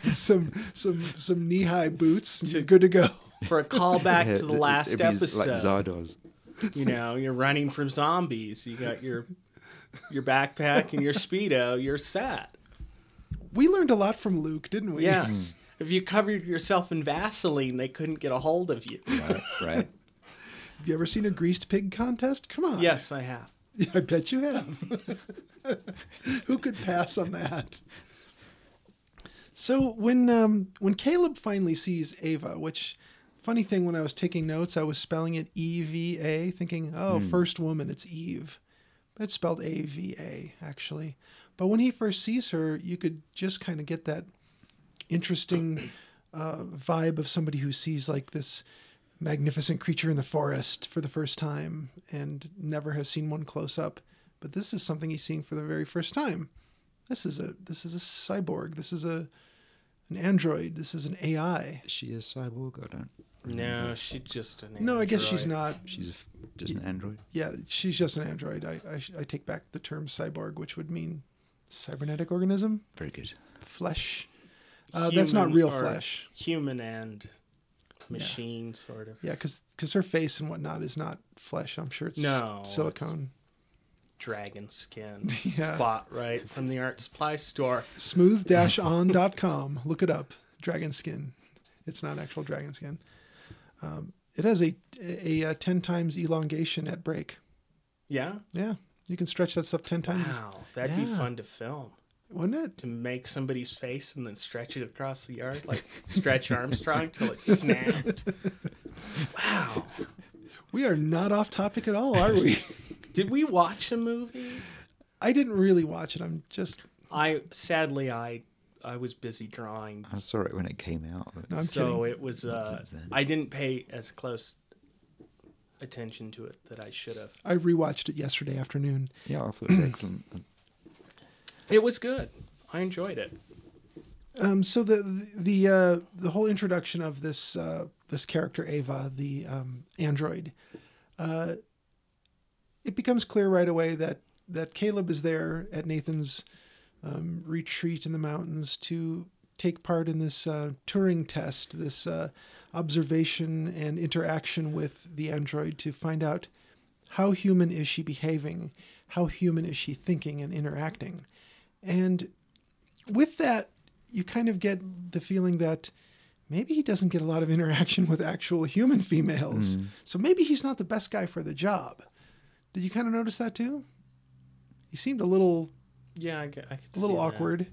S3: some some some knee high boots, and you're good to go.
S4: For a callback
S5: Yeah,
S4: to the
S5: it-
S4: last
S5: it'd be z-
S4: episode.
S5: like Zardoz.
S4: You know, you're running from zombies. You got your your backpack and your speedo. You're set.
S3: We learned a lot from Luke, didn't we?
S4: Yes. If you covered yourself in Vaseline, they couldn't get a hold of you.
S5: right? right.
S3: Have you ever seen a greased pig contest? Come on.
S4: Yes, I have.
S3: Yeah, I bet you have. Who could pass on that? So when um, when Caleb finally sees Ava, which funny thing, when I was taking notes, I was spelling it E V A, thinking, "Oh, first woman, it's Eve." But It's spelled A V A actually. But when he first sees her, you could just kind of get that interesting uh, vibe of somebody who sees like this magnificent creature in the forest for the first time and never has seen one close up. But this is something he's seeing for the very first time. This is a this is a cyborg. This is a an android. This is an AI.
S5: Is she a cyborg? I don't.
S4: No, she's just an.
S3: No, I guess she's
S4: android.
S3: not.
S5: She's a f just an android.
S3: Yeah, she's just an android. I, I sh- I take back the term cyborg, which would mean cybernetic organism,
S5: Very good.
S3: flesh. Uh, that's not
S4: Human
S3: real
S4: or
S3: flesh.
S4: Human and machine, sort of.
S3: Yeah, because her face and whatnot is not flesh. I'm sure it's
S4: No, it's-
S3: silicone.
S4: Dragon skin.
S3: Yeah.
S4: Bought right from the art supply store.
S3: smooth-on.com. Look it up. Dragon skin. It's not actual dragon skin. Um, it has a, a a ten times elongation at break.
S4: Yeah.
S3: Yeah, you can stretch that stuff ten times,
S4: Wow, that'd be
S3: Yeah.
S4: fun to film.
S3: wouldn't it?
S4: To make somebody's face and then stretch it across the yard, like stretch Armstrong till it snapped. Wow.
S3: We are not off topic at all, are we?
S4: Did we watch a movie?
S3: I didn't really watch it. I'm just
S4: I sadly I I was busy drawing
S5: I saw it when it came out. but
S3: I'm
S4: so it was uh,
S5: since then.
S4: I didn't pay as close attention to it that I should have.
S3: I rewatched it yesterday afternoon.
S5: Yeah, I thought it was excellent.
S4: It was good. I enjoyed it.
S3: Um, so the the uh, the whole introduction of this uh, this character Ava, the um, android, uh, it becomes clear right away that that Caleb is there at Nathan's um, retreat in the mountains to take part in this uh, Turing test, this uh, observation and interaction with the android to find out how human is she behaving, how human is she thinking and interacting, and with that, you kind of get the feeling that maybe he doesn't get a lot of interaction with actual human females. So maybe he's not the best guy for the job. Did you kind of notice that too? He seemed a little
S4: Yeah, I, gu- I could
S3: a little
S4: see that.
S3: awkward.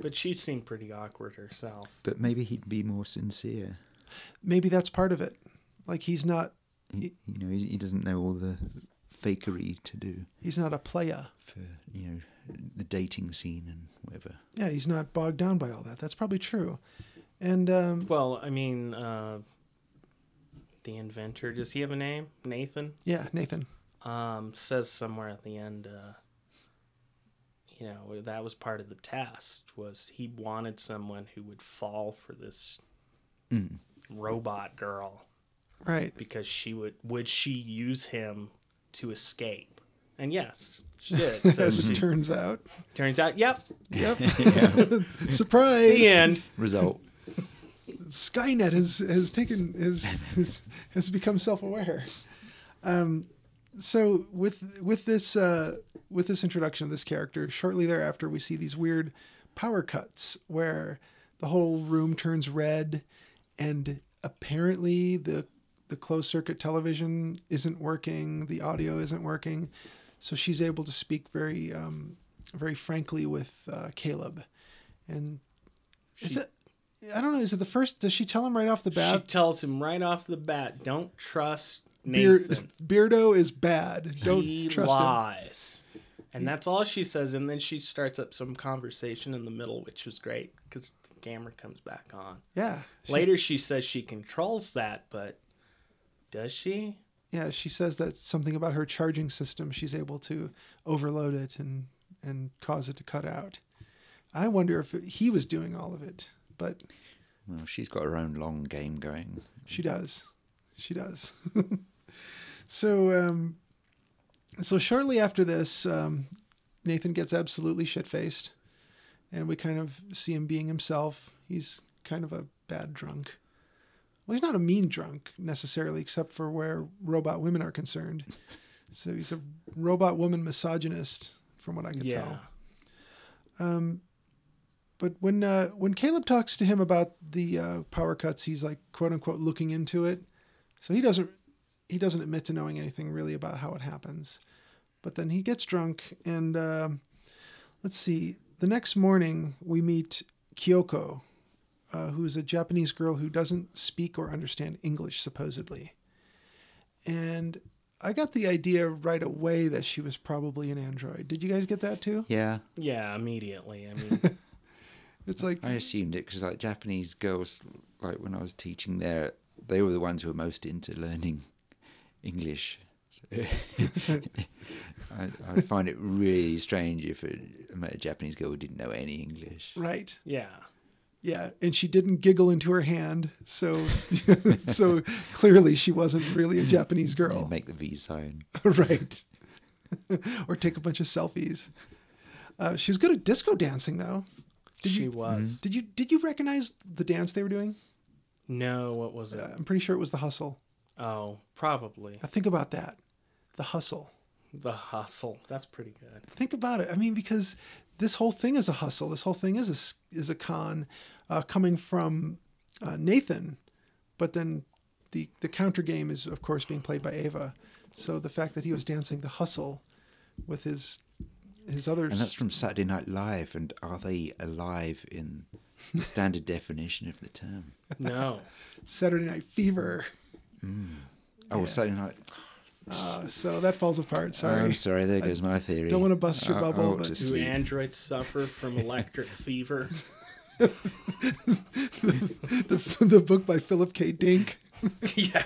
S4: But she seemed pretty awkward herself.
S5: But maybe he'd be more sincere.
S3: Maybe that's part of it. Like he's not
S5: He, you know, he, he doesn't know all the fakery to do
S3: he's not a playa.
S5: for you know the dating scene and whatever.
S3: Yeah, he's not bogged down by all that. That's probably true. And um,
S4: Well, I mean, uh, the inventor. Does he have a name? Nathan.
S3: yeah, Nathan.
S4: Um, says somewhere at the end. Uh, you know that was part of the test. Was he wanted someone who would fall for this robot girl?
S3: Right.
S4: because she would would she use him to escape? And yes, she did. So
S3: As it
S4: she,
S3: turns out.
S4: turns out, yep,
S3: Yep. Surprise.
S4: the end.
S5: Result.
S3: Skynet has has taken has has, has become self aware. Um, so with with this uh, with this introduction of this character, shortly thereafter we see these weird power cuts where the whole room turns red, and apparently the the closed circuit television isn't working, the audio isn't working, so she's able to speak very um, very frankly with uh, Caleb, and is it? I don't know. Is it the first? Does she tell him right off the
S4: She
S3: bat?
S4: tells him right off the bat, don't trust
S3: Beer,
S4: Nathan.
S3: Beardo is bad. Don't
S4: he
S3: trust him.
S4: lies. And that's all she says. And then she starts up some conversation in the middle, which was great because the camera comes back on.
S3: Yeah. She's-
S4: Later, she says she controls that, but does she?
S3: Yeah, she says that something about her charging system. She's able to overload it and and cause it to cut out. I wonder if he was doing all of it, but
S5: Well, she's got her own long game going.
S3: She does. She does. so, um, so shortly after this, um, Nathan gets absolutely shit faced, and we kind of see him being himself. He's kind of a bad drunk. Well, he's not a mean drunk necessarily, except for where robot women are concerned. So he's a robot woman misogynist, from what I can
S4: yeah.
S3: tell. But when uh, when Caleb talks to him about the uh, power cuts, he's like quote unquote looking into it. So he doesn't he doesn't admit to knowing anything really about how it happens. But then he gets drunk and um let's see. The next morning we meet Kyoko, uh, who's a Japanese girl who doesn't speak or understand English supposedly. And I got the idea right away that she was probably an android. Did you guys get that too?
S5: Yeah,
S4: Yeah, immediately. I mean,
S3: It's like
S5: I assumed it because like Japanese girls, like when I was teaching there, they were the ones who were most into learning English. So I, I find it really strange if it, I met a Japanese girl who didn't know any English.
S3: right.
S4: yeah.
S3: Yeah, and she didn't giggle into her hand, so so clearly she wasn't really a Japanese
S5: They
S3: girl,
S5: Make the V sign.
S3: right? or take a bunch of selfies. Uh, she was good at disco dancing, though. Did
S4: she
S3: you
S4: was.
S3: did you did you recognize the dance they were doing? Mm-hmm.
S4: No, what was it?
S3: Uh, I'm pretty sure it was the hustle.
S4: Oh, probably.
S3: Now think about that, the hustle.
S4: The Hustle. That's pretty good.
S3: think about it. I mean, because this whole thing is a hustle. This whole thing is a s- is a con uh, coming from uh, Nathan, but then the the counter game is of course being played by Ava. So the fact that he was dancing the hustle with his his other
S5: And that's
S3: s-
S5: from Saturday Night Live. And are they alive in the standard definition of the term?
S4: No.
S3: Saturday Night Fever.
S5: Oh, Saturday Night.
S3: Uh, so that falls
S5: Um,
S3: apart. Sorry.
S5: I'm sorry. There goes my theory.
S3: don't wanna bust your
S5: I- I
S3: bubble,
S5: ought
S3: but-
S5: to
S3: Do
S4: Do
S5: sleep.
S4: androids suffer from electric fever?
S3: the, the book by Philip K. Dink.
S4: yeah.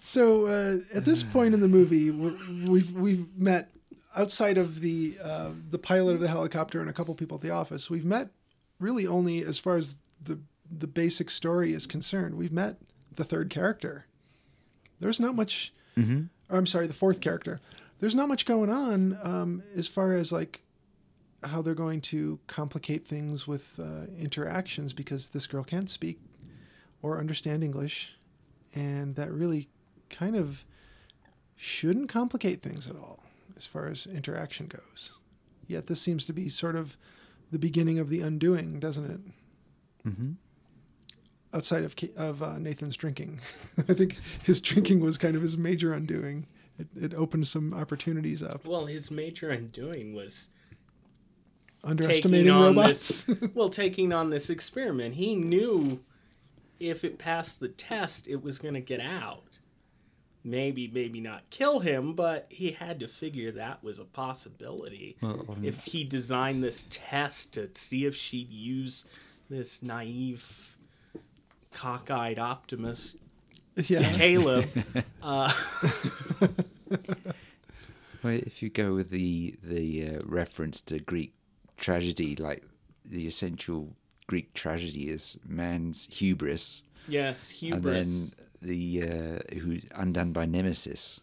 S3: so uh, at this point in the movie, we're- we've we've met outside of the uh, the pilot of the helicopter and a couple people at the office. We've met really only as far as the the basic story is concerned. We've met the third character. There's not much. Or I'm sorry, the fourth character. There's not much going on um, as far as like how they're going to complicate things with uh, interactions because this girl can't speak or understand English and that really kind of shouldn't complicate things at all as far as interaction goes. Yet this seems to be sort of the beginning of the undoing, doesn't it? Mm-hmm. Outside of Ki- of uh, Nathan's drinking, I think his drinking was kind of his major undoing. It, it opened some opportunities up.
S4: Well, his major undoing was
S3: Underestimating
S4: taking on
S3: robots.
S4: this. Well, taking on this experiment, he knew if it passed the test, it was going to get out. maybe, maybe not kill him, but he had to figure that was a possibility. if he designed this test to see if she'd use this naive, cockeyed optimist
S3: Yeah.
S4: Caleb,
S5: Well, if you go with the the uh, reference to Greek tragedy, like the essential Greek tragedy is man's hubris,
S4: yes, hubris.
S5: and then the uh, who's undone by nemesis,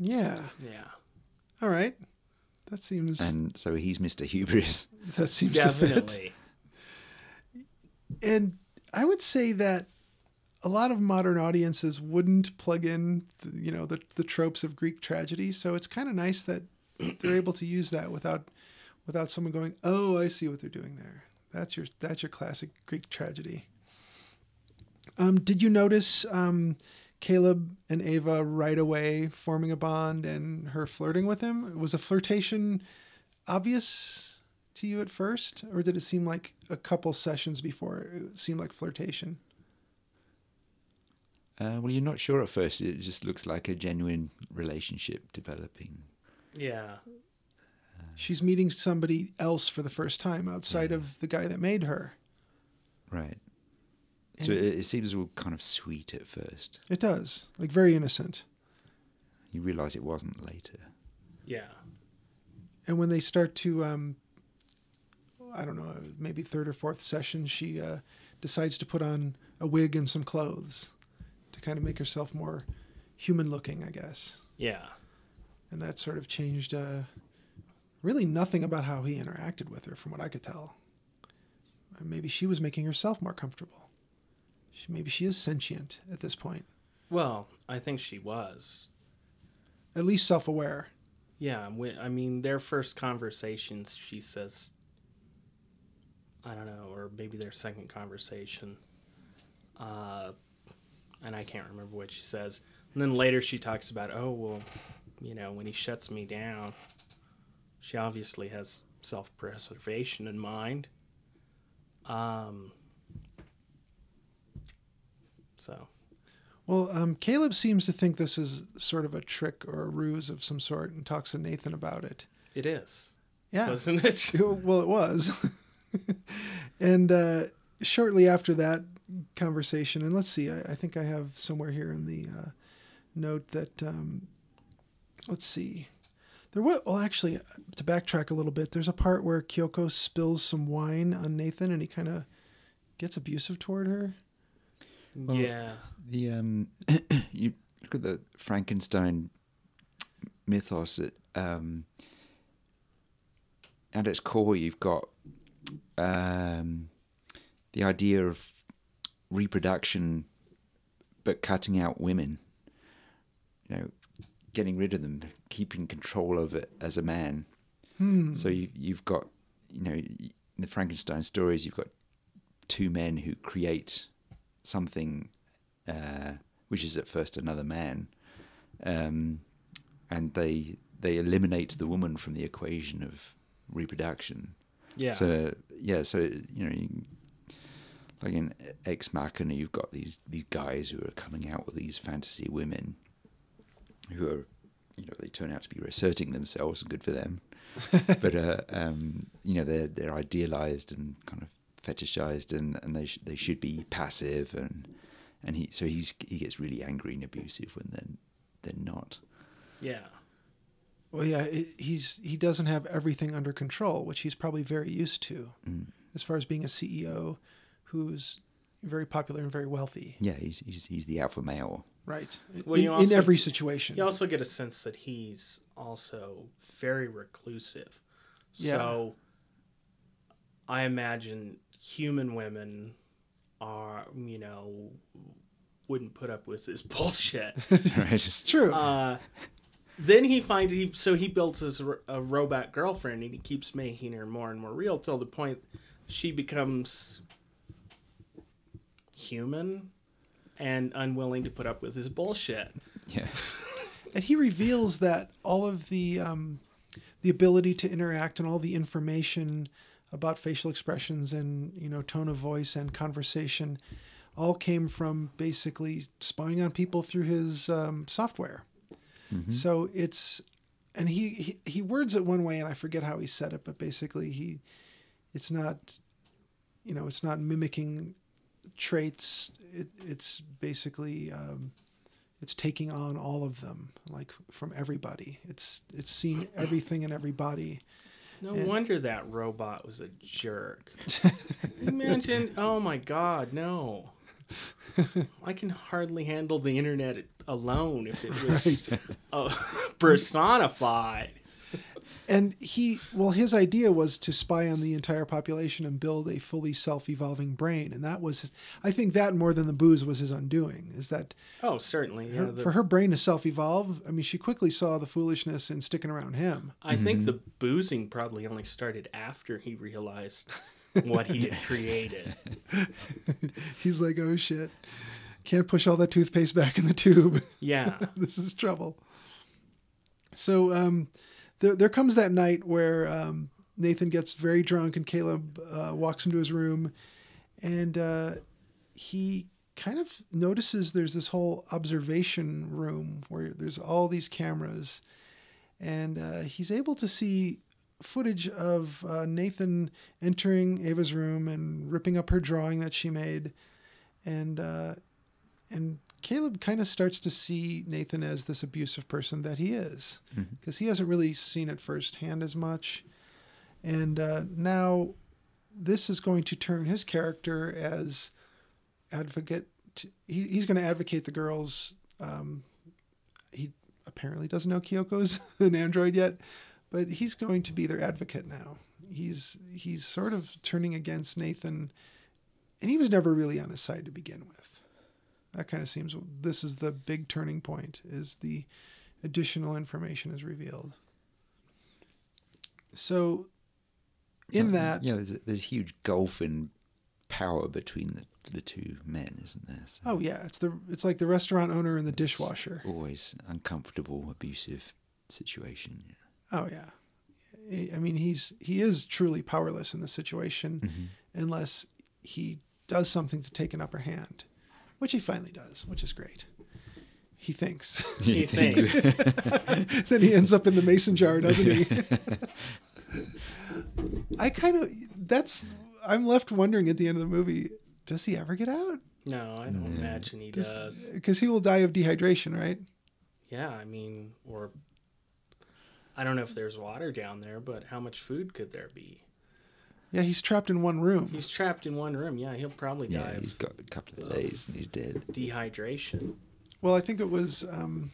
S3: Yeah.
S4: yeah,
S3: All right. That seems
S5: and so he's Mister Hubris.
S3: that seems to fit.
S4: definitely.
S3: and I would say that a lot of modern audiences wouldn't plug in, you know, the the tropes of Greek tragedy. So it's kind of nice that they're able to use that without without someone going, "Oh, I see what they're doing there." That's your that's your classic Greek tragedy. Um, did you notice um, Caleb and Ava right away forming a bond and her flirting with him? Was a flirtation obvious to you at first, or did it seem like a couple sessions before it seemed like flirtation?
S5: Uh, well, you're not sure at first. It just looks like a genuine relationship developing.
S4: Yeah.
S3: She's meeting somebody else for the first time outside of the guy that made her.
S5: Right. So it, it seems all kind of sweet at first.
S3: It does, like very innocent.
S5: You realise it wasn't later.
S4: Yeah.
S3: And when they start to, um, I don't know, maybe third or fourth session, she uh, decides to put on a wig and some clothes to kind of make herself more human looking, I guess.
S4: Yeah.
S3: And that sort of changed uh, really nothing about how he interacted with her, from what I could tell. Uh, Maybe she was making herself more comfortable. She, maybe she is sentient at this point,
S4: Well, I think she was.
S3: at least self aware.
S4: Yeah, we- I mean, their first conversations, she says, I don't know, or maybe their second conversation, uh, and I can't remember what she says. And then later she talks about, oh, well, you know, when he shuts me down, she obviously has self preservation in mind. Um, so,
S3: Well, um, Caleb seems to think this is sort of a trick or a ruse of some sort and talks to Nathan about it.
S4: it is,
S3: Yeah.
S4: wasn't it?
S3: well, it was. and uh, shortly after that conversation, and let's see, I, I think I have somewhere here in the uh, note that, um, let's see. There was, well, actually, to backtrack a little bit, there's a part where Kyoko spills some wine on Nathan and he kind of gets abusive toward her.
S4: yeah.
S5: The um, you look at the Frankenstein mythos. It, um, at its core, you've got um, the idea of reproduction, but cutting out women. You know, getting rid of them, keeping control of it as a man. So you, you've got, you know, in the Frankenstein stories, you've got two men who create something uh, which is at first another man, um, and they they eliminate the woman from the equation of reproduction.
S4: Yeah.
S5: So yeah, so you know, you, like in Ex Machina, you've got these these guys who are coming out with these fantasy women, who are, you know, they turn out to be asserting themselves, and good for them. but uh, um, you know, they're they're idealized and kind of fetishized, and and they sh- they should be passive, and and he so he's he gets really angry and abusive when then they're not.
S4: yeah.
S3: Well, yeah, it, he's he doesn't have everything under control, which he's probably very used to, as far as being a CEO who's very popular and very wealthy.
S5: Yeah, he's he's he's the alpha male.
S3: Right.
S4: Well,
S3: in,
S4: you
S3: in
S4: also-
S3: every situation.
S4: You also get a sense that he's also very reclusive.
S3: Yeah.
S4: So I imagine human women are, you know, wouldn't put up with his bullshit.
S5: Right.
S3: it's true.
S4: uh, then he finds he so he builds his ro- a robot girlfriend and he keeps making her more and more real till the point she becomes human and unwilling to put up with his bullshit.
S5: yeah.
S3: and he reveals that all of the um, the ability to interact and all the information about facial expressions and you know tone of voice and conversation all came from basically spying on people through his um, software. So it's, and he, he he words it one way, and I forget how he said it, but basically he, it's not, you know, it's not mimicking traits. It, it's basically um, it's taking on all of them, like from everybody. It's it's seeing everything and everybody.
S4: No wonder that robot was a jerk. Imagine, oh my god, no. I can hardly handle the internet alone if it was uh, personified.
S3: And he, well, his idea was to spy on the entire population and build a fully self-evolving brain, and that was, his, I think, that more than the booze was his undoing. Is that
S4: Oh, certainly. Yeah, the-
S3: for her brain to self-evolve? I mean, she quickly saw the foolishness in sticking around him.
S4: I think the boozing probably only started after he realized what he had created.
S3: He's like, oh shit, can't push all that toothpaste back in the tube.
S4: Yeah.
S3: this is trouble. So um, there, there comes that night where um, Nathan gets very drunk and Caleb uh, walks him to his room, and uh, he kind of notices there's this whole observation room where there's all these cameras, and uh, he's able to see footage of uh, Nathan entering Ava's room and ripping up her drawing that she made, and uh, and Caleb kind of starts to see Nathan as this abusive person that he is, because he hasn't really seen it firsthand as much, and uh, now this is going to turn his character as advocate. T- he, he's going to advocate the girls. Um, he apparently doesn't know Kyoko's an android yet, but he's going to be their advocate now. He's he's sort of turning against Nathan, and he was never really on his side to begin with. That kind of seems this is the big turning point is the additional information is revealed. So in that
S5: Yeah, there's a, there's a huge gulf in power between the, the two men, isn't there? So
S3: Oh yeah, it's the it's like the restaurant owner and the dishwasher.
S5: Always uncomfortable, abusive situation. yeah.
S3: Oh yeah. I- I mean, he's he is truly powerless in this situation unless he does something to take an upper hand, which he finally does, which is great. He thinks.
S4: He thinks.
S3: then he ends up in the mason jar, doesn't he? I kind of that's I'm left wondering at the end of the movie, does he ever get out?
S4: No, I don't imagine he does.
S3: Because he will die of dehydration, right?
S4: Yeah, I mean, or I don't know if there's water down there, but how much food could there be?
S3: Yeah, he's trapped in one room.
S4: He's trapped in one room. Yeah, he'll probably
S5: Yeah,
S4: die of
S5: he's got Mm-hmm. a couple of days and he's dead.
S4: dehydration.
S3: Well, I think it was, um,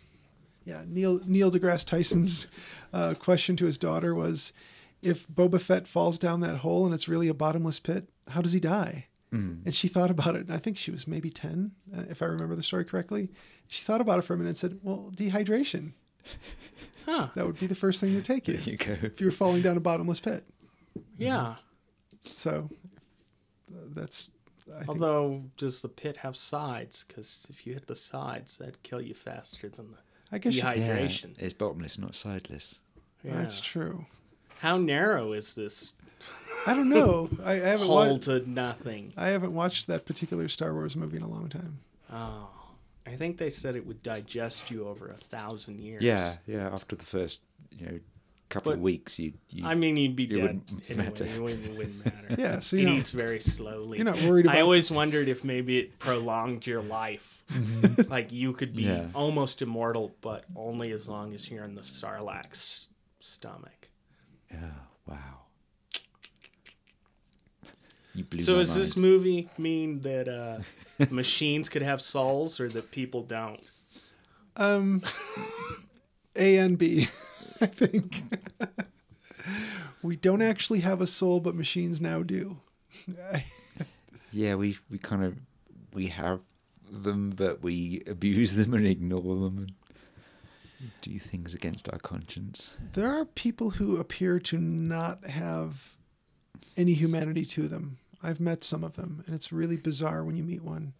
S3: yeah, Neil Neil deGrasse Tyson's uh, question to his daughter was, if Boba Fett falls down that hole and it's really a bottomless pit, how does he die? And she thought about it, and I think she was maybe ten, uh, if I remember the story correctly. She thought about it for a minute and said, "Well, dehydration.
S4: Huh.
S3: That would be the first thing to take you
S5: You go.
S3: if you were falling down a bottomless pit."
S4: Yeah.
S3: So uh, that's. I think,
S4: Although, does the pit have sides? Because if you hit the sides, that'd kill you faster than the
S3: I guess you-
S5: Yeah,
S4: dehydration.
S5: it's bottomless, not sideless.
S4: Yeah.
S3: that's true.
S4: How narrow is this
S3: I don't know. I, I haven't
S4: hole
S3: watched.
S4: to nothing?
S3: I haven't watched that particular Star Wars movie in a long time.
S4: I think they said it would digest you over a thousand years.
S5: Yeah, yeah. After the first, you know, couple
S4: But-
S5: of weeks, you. you
S4: I mean, you'd be
S5: It
S4: dead
S5: wouldn't
S4: anyway.
S5: matter.
S4: It wouldn't, it wouldn't matter.
S3: Yeah, so
S4: it
S3: you know,
S4: eats very slowly.
S3: you're not worried
S4: I
S3: about-
S4: always wondered if maybe it prolonged your life.
S3: Mm-hmm.
S4: like you could be
S5: Yeah.
S4: almost immortal, but only as long as you're in the Sarlacc's stomach.
S5: yeah, Oh, wow. You blew
S4: So
S5: my
S4: does this
S5: mind.
S4: movie mean that uh, machines could have souls or that people don't?
S3: um, A and B, I think. we don't actually have a soul, but machines now do.
S5: Yeah, we we kind of we have them, but we abuse them and ignore them and do things against our conscience.
S3: There are people who appear to not have any humanity to them. I've met some of them, and it's really bizarre when you meet one.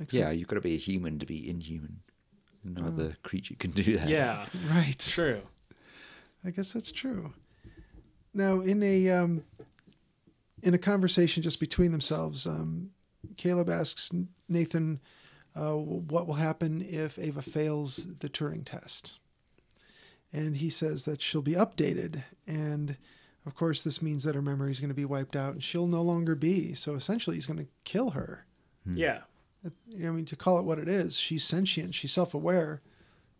S3: Like some-
S5: Yeah, you've got to be a human to be inhuman. No other creature can do that.
S4: Yeah,
S3: right.
S4: true.
S3: I guess that's true. Now, in a um, in a conversation just between themselves, um, Caleb asks Nathan, uh, "What will happen if Ava fails the Turing test?" And he says that she'll be updated, and of course, this means that her memory is going to be wiped out, and she'll no longer be. So essentially, he's going to kill her.
S4: Yeah.
S3: I mean, to call it what it is, she's sentient, she's self aware.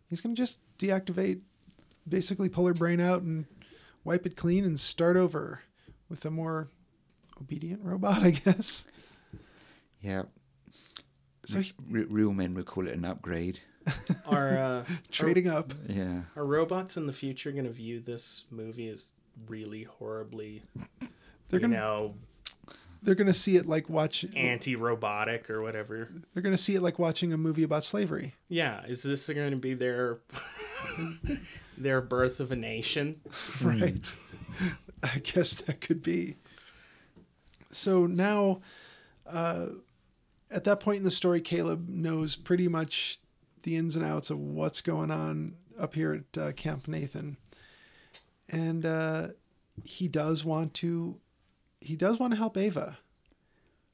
S3: He's going to just deactivate, basically pull her brain out and wipe it clean and start over with a more obedient robot, I guess.
S5: Yeah.
S3: So he-
S5: Re- real men would call it an upgrade.
S4: Are uh,
S3: Trading up.
S5: Yeah.
S4: are, are robots in the future going to view this movie as really horribly,
S3: They're
S4: you
S3: going to
S4: know,
S3: they're going to see it like watch
S4: anti-robotic or whatever?
S3: they're going to see it like watching a movie about slavery.
S4: Yeah, is this going to be their their birth of a nation?
S3: Right. I guess that could be. So now, uh, at that point in the story, Caleb knows pretty much the ins and outs of what's going on up here at uh, Camp Nathan, and uh, he does want to, he does want to help Ava,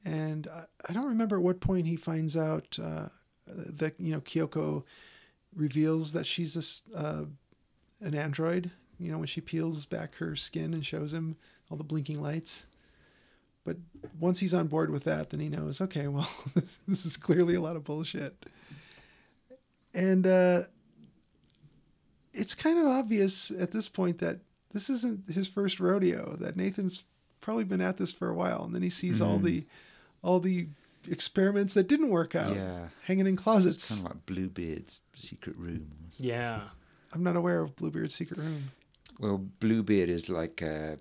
S3: and I, I don't remember at what point he finds out uh, that you know Kyoko reveals that she's a s uh, an android. You know, when she peels back her skin and shows him all the blinking lights. But once he's on board with that, then he knows, okay, well, this is clearly a lot of bullshit. And uh, it's kind of obvious at this point that this isn't his first rodeo. That Nathan's probably been at this for a while, and then he sees
S5: Mm-hmm.
S3: all the all the experiments that didn't work out
S5: Yeah.
S3: hanging in
S5: It's
S3: closets.
S5: kind of like Bluebeard's secret room.
S4: Yeah.
S3: I'm not aware of Bluebeard's secret room.
S5: Well, Bluebeard is like uh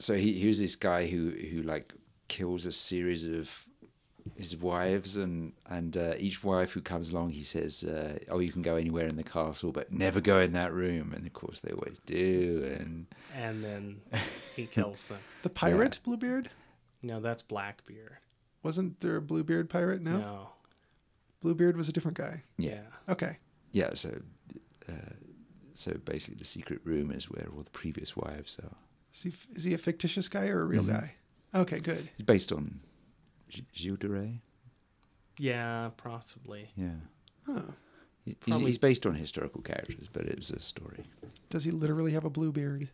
S5: so he, he was this guy who who like kills a series of his wives and and uh, each wife who comes along he says uh, oh you can go anywhere in the castle but never go in that room and of course they always do and
S4: And then he kills them.
S3: The pirate Bluebeard?
S4: No, that's Blackbeard.
S3: Wasn't there a Bluebeard pirate? No?
S4: No.
S3: Bluebeard was a different guy.
S5: Yeah.
S4: Yeah.
S3: Okay.
S5: yeah so uh, so basically the secret room is where all the previous wives are
S3: Is he is he a fictitious guy or a
S5: Mm-hmm.
S3: real guy? Okay, good.
S5: it's based on G- Gilles de Rais
S4: Yeah, possibly.
S5: yeah
S3: Oh.
S5: He- he's,
S4: Probably-
S5: he's based on historical characters but it was a story
S3: Does he literally have a blue beard?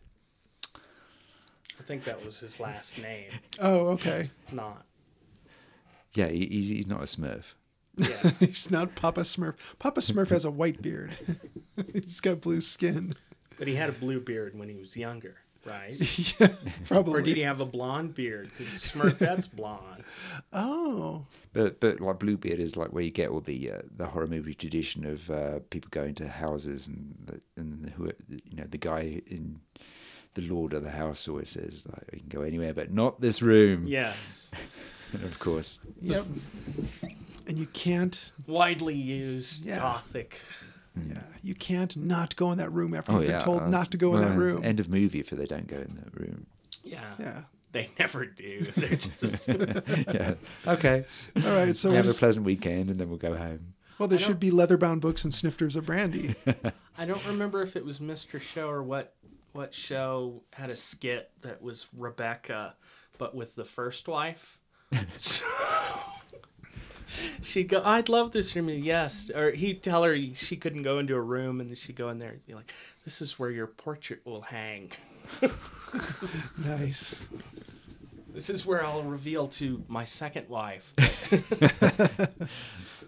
S4: I think that was his last name.
S3: Oh, okay.
S4: Not.
S5: yeah he, he's, he's not a smurf
S4: Yeah.
S3: He's not Papa Smurf. Papa Smurf has a white beard. He's got blue skin.
S4: But he had a blue beard when he was younger, right?
S3: yeah,
S4: Or did
S3: probably.
S4: he have a blonde beard? Because Smurfette's blonde.
S3: oh,
S5: But but like Bluebeard is like where you get all the uh, the horror movie tradition of uh, people going to houses and the, and the, who you know the guy in the lord of the house always says like you can go anywhere but not this room.
S4: Yes.
S5: And of course,
S3: yep. And you can't,
S4: Widely used
S3: Yeah.
S4: gothic.
S3: yeah, you can't not go in that room after
S5: oh
S3: you've
S5: yeah,
S3: been told
S5: uh,
S3: not to go in
S5: well,
S3: that
S5: it's
S3: room.
S5: End of movie if they don't go in that room.
S4: Yeah.
S3: yeah.
S4: They never do. They're just
S5: yeah. Okay.
S3: All right. So
S5: we
S3: we
S5: have
S3: just,
S5: a pleasant weekend and then we'll go home.
S3: well, there should be leather-bound books and snifters of brandy.
S4: I don't remember if it was Mr. Show or what what show had a skit that was Rebecca, but with the first wife. so, she'd go, I'd love this room. Yes. Or he'd tell her she couldn't go into a room, and then she'd go in there and be like, This is where your portrait will hang.
S3: nice.
S4: This is where I'll reveal to my second wife.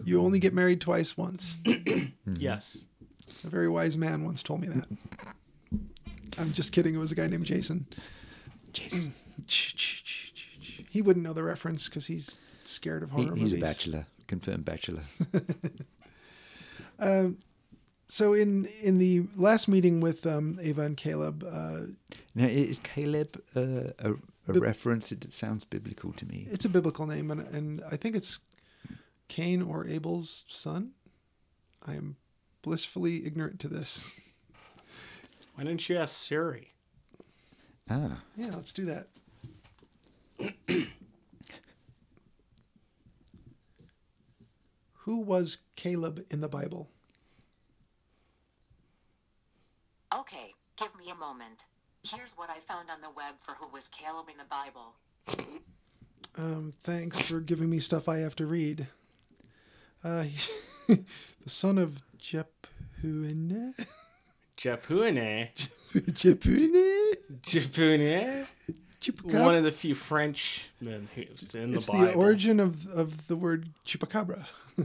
S3: You only get married twice once. Mm-hmm.
S4: yes.
S3: A very wise man once told me that. I'm just kidding. It was a guy named Jason.
S5: Jason,
S3: He wouldn't know the reference because he's scared of
S5: he,
S3: horror
S5: he's
S3: movies.
S5: a bachelor, confirmed bachelor.
S3: So in in the last meeting with um, Ava and Caleb, uh,
S5: now is Caleb uh, a, a reference? It sounds biblical to me.
S3: it's a biblical name, and, and I think it's Cain or Abel's son. I am blissfully ignorant to this.
S4: Why didn't you ask Siri?
S5: Ah.
S3: Yeah, let's do that. Who was Caleb in the Bible?
S6: Okay, give me a moment. Here's what I found on the web for who was Caleb in the Bible.
S3: Um, thanks for giving me stuff I have to read. Uh, the son of Jephunneh.
S4: Japune.
S3: Jephunneh.
S4: Japune.
S3: Chupacabra.
S4: One of the few Frenchmen who's in the
S3: it's
S4: Bible.
S3: the origin of of the word chupacabra.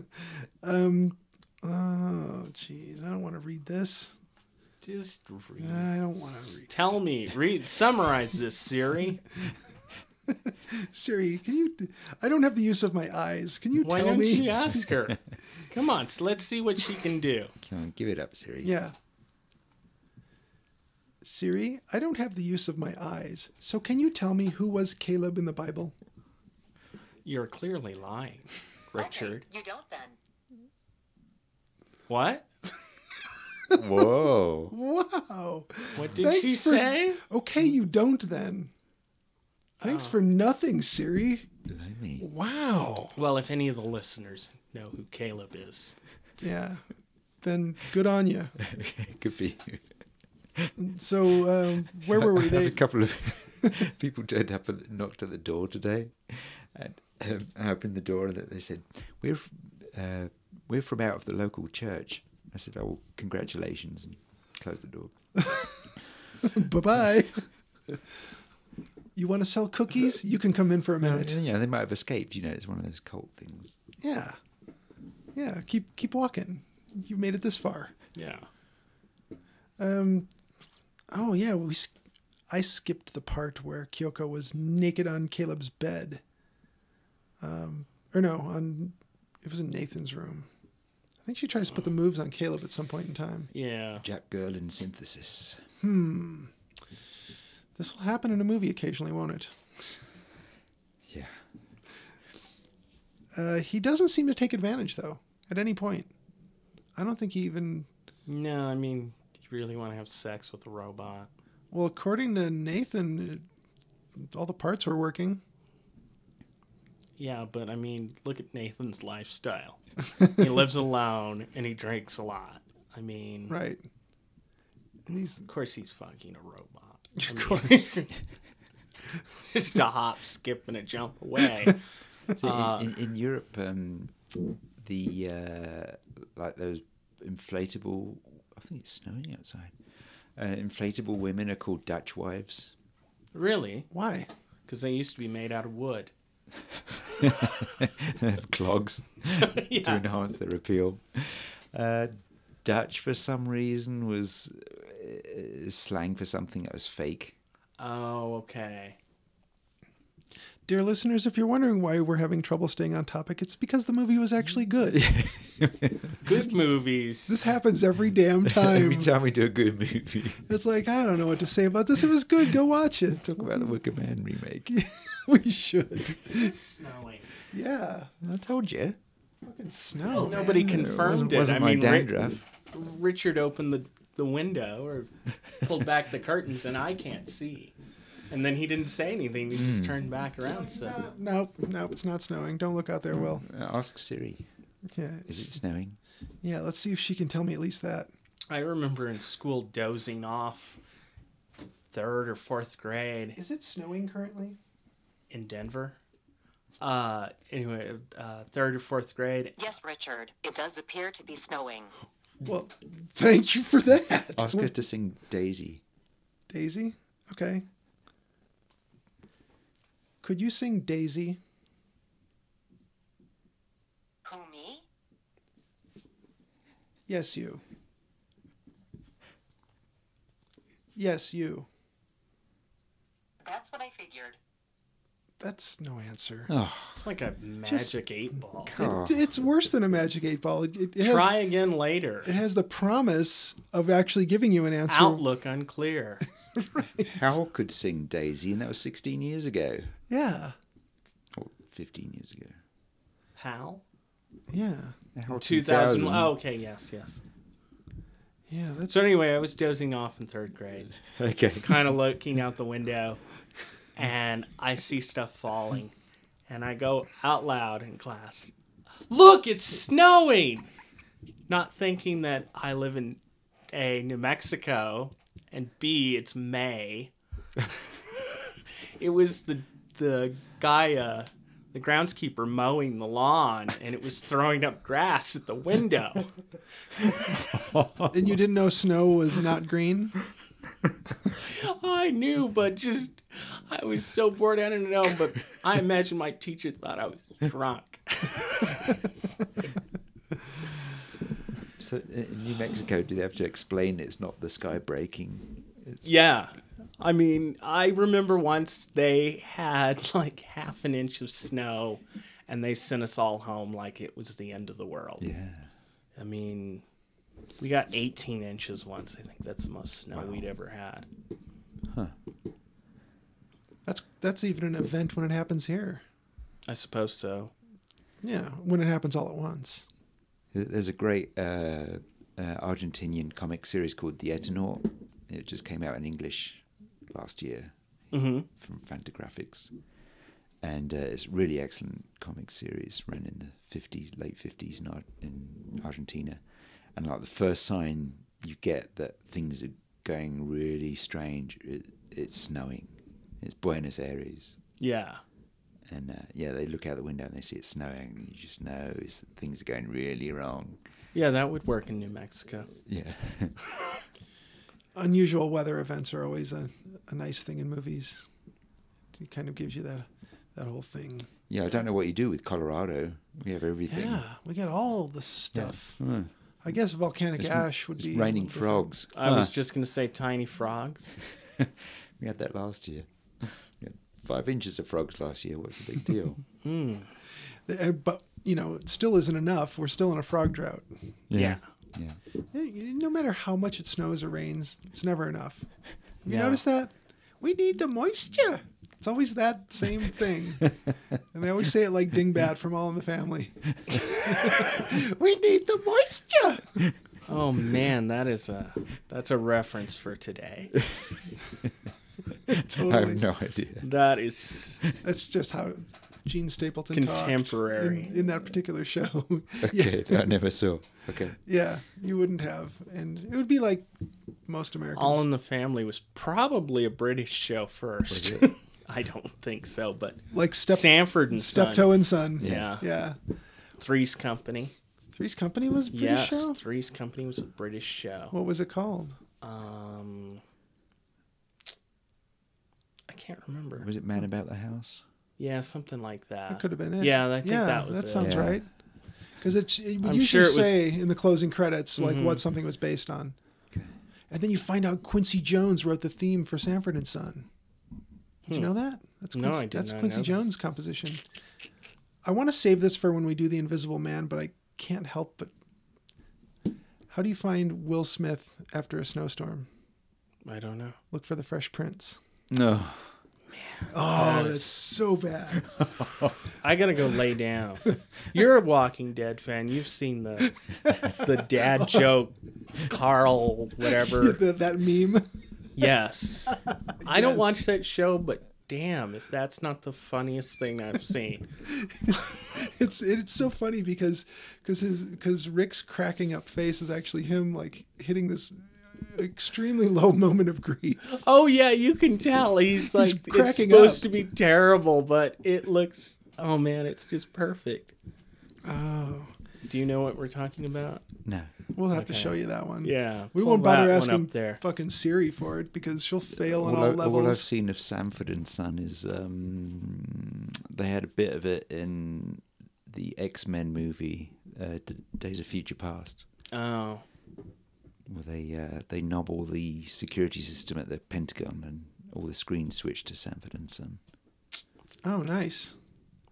S3: um, oh, jeez, I don't want to read this.
S4: Just read.
S3: I don't want to read.
S4: Tell me, read, summarize this, Siri.
S3: Siri, can you? I don't have the use of my eyes. Can you
S4: Why
S3: tell
S4: don't
S3: me?
S4: you ask her? Come on, s- let's see what she can do.
S5: Come on, give it up, Siri.
S3: Yeah. Siri, I don't have the use of my eyes, so can you tell me who was Caleb in the Bible?
S4: You're clearly lying, Richard.
S6: Okay, you don't then.
S4: What?
S5: Whoa.
S3: Wow.
S4: What did she
S3: Thanks for-
S4: say?
S3: Okay, you don't then. Thanks for nothing, Siri.
S5: Blimey.
S3: Wow.
S4: Well, if any of the listeners know who Caleb is,
S3: Yeah. Then good on you.
S5: Could be.
S3: So um, where were we?
S5: I had a
S3: They,
S5: couple of people turned up and knocked at the door today, and um, I opened the door and they said, "We're f- uh, we're from out of the local church." I said, "Oh, congratulations!" and closed the door.
S3: bye bye. You want to sell cookies? You can come in for a
S5: And,
S3: minute.
S5: you know, they might have escaped. You know, it's one of those cult things.
S3: Yeah. Yeah. Keep keep walking. You made it this far.
S4: yeah.
S3: Um. Oh yeah, we. s- I skipped the part where Kyoko was naked on Caleb's bed. Um. Or no, on. It was in Nathan's room. I think she tries to put the moves on Caleb at some point in time.
S4: Yeah.
S5: Jack Gerlin synthesis.
S3: This will happen in a movie occasionally, won't it?
S5: Yeah.
S3: Uh, he doesn't seem to take advantage though. At any point, I don't think he even.
S4: No, I mean, you really want to have sex with a robot?
S3: Well, according to Nathan, it- all the parts were working.
S4: Yeah, but I mean, look at Nathan's lifestyle. he lives alone and he drinks a lot. I mean,
S3: Right. And he's
S4: of course he's fucking a robot. Of course. Just a hop, skip, and a jump away.
S5: So in, in, in Europe, um, the uh, like those inflatable. I think it's snowing outside. Uh, inflatable women are called Dutch wives.
S4: really?
S3: why?
S4: Because they used to be made out of wood.
S5: Clogs to
S4: yeah.
S5: enhance their appeal. Uh, Dutch, for some reason, was uh, slang for something that was fake.
S4: Oh, okay.
S3: Dear listeners, if you're wondering why we're having trouble staying on topic, it's because the movie was actually good.
S4: Good movies.
S3: this happens every damn time.
S5: Every time we do a good movie,
S3: It's like, I don't know what to say about this. It was good. Go watch it.
S5: talk about the Wicker Man remake.
S3: we should.
S4: It's snowing.
S3: Yeah.
S5: I told you.
S3: Fucking snow. man.
S4: Nobody
S5: It
S4: confirmed
S5: wasn't,
S4: it.
S5: wasn't
S4: I
S5: my
S4: mean, Ri-
S5: dandruff.
S4: Richard opened the, the window or pulled back the curtains, and I can't see. And then he didn't say anything. He
S5: Hmm.
S4: just turned back around. So
S3: Nope, nope, it's not snowing. Don't look out there, Will.
S5: Ask Siri.
S3: Yeah,
S5: Is it snowing?
S3: yeah. Let's see if she can tell me at least that.
S4: I remember in school dozing off third or fourth grade.
S3: Is it snowing currently?
S4: in Denver. Uh, anyway, uh, third or fourth grade.
S6: Yes, Richard, it does appear to be snowing.
S3: Well, thank you for that,
S5: Ask her to sing Daisy.
S3: Daisy. Okay. Could you sing Daisy?
S6: Who, me?
S3: Yes, you. Yes, you.
S6: That's what I figured.
S3: That's no answer.
S4: It's like a magic eight ball.
S3: It, it's worse than a magic eight ball. It, it, it has
S4: Try again later.
S3: it has the promise of actually giving you an answer.
S4: Outlook unclear.
S5: Hal could sing Daisy, and that was 16 years ago.
S3: Yeah,
S5: Or 15 years ago.
S4: How?
S3: yeah,
S5: Hal
S4: 2000. Oh, okay, yes, yes.
S3: yeah. That's
S4: So anyway, I was dozing off in third grade,
S5: Okay.
S4: kind of looking out the window, and I see stuff falling, and I go out loud in class. Look, it's snowing. Not thinking that I live in a New Mexico, and B, it's May. it was the the Gaia uh, the groundskeeper mowing the lawn and it was throwing up grass at the window.
S3: And you didn't know snow was not green?
S4: I knew, but just I was so bored I didn't know. But I imagine my teacher thought I was drunk.
S5: So in in New Mexico, do they have to explain it's not the sky breaking? It's,
S4: yeah. I mean, I remember once they had like half an inch of snow and they sent us all home like it was the end of the world.
S5: Yeah.
S4: I mean, we got 18 inches once. I think that's the most snow we'd ever had.
S3: That's that's even an event when it happens here.
S4: I suppose so.
S3: Yeah, when it happens all at once.
S5: There- There's a great uh, uh, Argentinian comic series called The Eternaut. It just came out in English last year from Fantagraphics. And uh, it's really excellent comic series, ran in the 50s, late 50s in, Ar- in Argentina. And like the first sign you get that things are going really strange, it, it's snowing. It's Buenos Aires.
S4: Yeah.
S5: And uh, yeah, they look out the window and they see it snowing, and you just know is things are going really wrong.
S4: Yeah, that would work in New Mexico.
S5: Yeah,
S3: Unusual weather events are always a, a nice thing in movies. It kind of gives you that that whole thing.
S5: yeah. I don't know what you do with Colorado. We have everything.
S3: Yeah, we got all the stuff. I guess volcanic
S5: Hmm. It's-
S3: ash would
S5: it's
S3: be a
S5: raining
S3: little different.
S5: frogs.
S4: I was
S5: Huh.
S4: just going to say tiny frogs.
S5: we had that last year. We had five inches of frogs last year. What's the big deal?
S3: Uh, But you know, it still isn't enough. We're still in a frog drought. Eh,
S4: Yeah.
S5: yeah.
S3: No matter how much it snows or rains, it's never enough. Have you
S4: Yeah.
S3: noticed that? We need the moisture. It's always that same thing. and they always say it like Dingbat from All in the Family. we need the moisture.
S4: Oh man, that is a that's a reference for today.
S5: I
S3: Totally.
S5: have no idea.
S4: That is
S3: That's just how Gene Stapleton talked
S4: Contemporary.
S3: in, in that particular show. yeah,
S5: Okay, I never saw. Okay,
S3: yeah, you wouldn't have, and it would be like most Americans.
S4: All in the Family was probably a British show first.
S5: Was it?
S4: I don't think so, but
S3: like step
S4: Sanford and Son.
S3: Steptoe and Son.
S4: Yeah.
S3: yeah.
S4: Three's Company.
S3: Three's Company was a British
S4: yes,
S3: show.
S4: Three's Company was a British show.
S3: What was it called?
S4: Um, I can't remember.
S5: was it Man About the House?
S4: Yeah, something like that.
S3: That could have been it.
S4: Yeah, I think that was it.
S3: sounds
S5: Yeah.
S3: right. Because it would
S4: I'm
S3: usually
S4: sure it was- Mm-hmm.
S3: say in the closing credits like what something was based on, and then you find out Quincy Jones wrote the theme for Sanford and Son. Did you know that? That's
S4: Hmm. No,
S3: Quincy,
S4: I did
S3: that's
S4: not
S3: Quincy
S4: know that.
S3: Jones' composition. I want to save this for when we do the Invisible Man, but I can't help but. How do you find Will Smith after a snowstorm?
S4: I don't know.
S3: Look for the Fresh Prince.
S5: No.
S3: Oh, that's so bad.
S4: I gotta go lay down. You're a Walking Dead fan. You've seen the the dad joke, Carl, whatever.
S3: that, that meme.
S4: Yes. I don't
S3: Yes.
S4: watch that show, but damn, if that's not the funniest thing I've seen.
S3: it's it's so funny because because his because Rick's cracking up face is actually him like hitting this extremely low moment of grief.
S4: Oh yeah, you can tell he's like it's
S3: cracking
S4: supposed
S3: up.
S4: to be terrible, but it looks oh man, it's just perfect.
S3: Oh,
S4: Do you know what we're talking about?
S5: No.
S3: we'll have to show you that one.
S4: Yeah.
S3: we
S4: pull
S3: won't bother
S4: that one
S3: asking
S4: up there.
S3: fucking Siri for it because she'll fail on
S5: All,
S3: all,
S5: I,
S3: levels.
S5: all I've seen of Sanford and Son is um, they had a bit of it in the X Men movie, uh, D- Days of Future Past.
S4: Oh.
S5: Well, they uh, they knob all the security system at the Pentagon and all the screens switch to Sanford and Son.
S3: Oh, nice.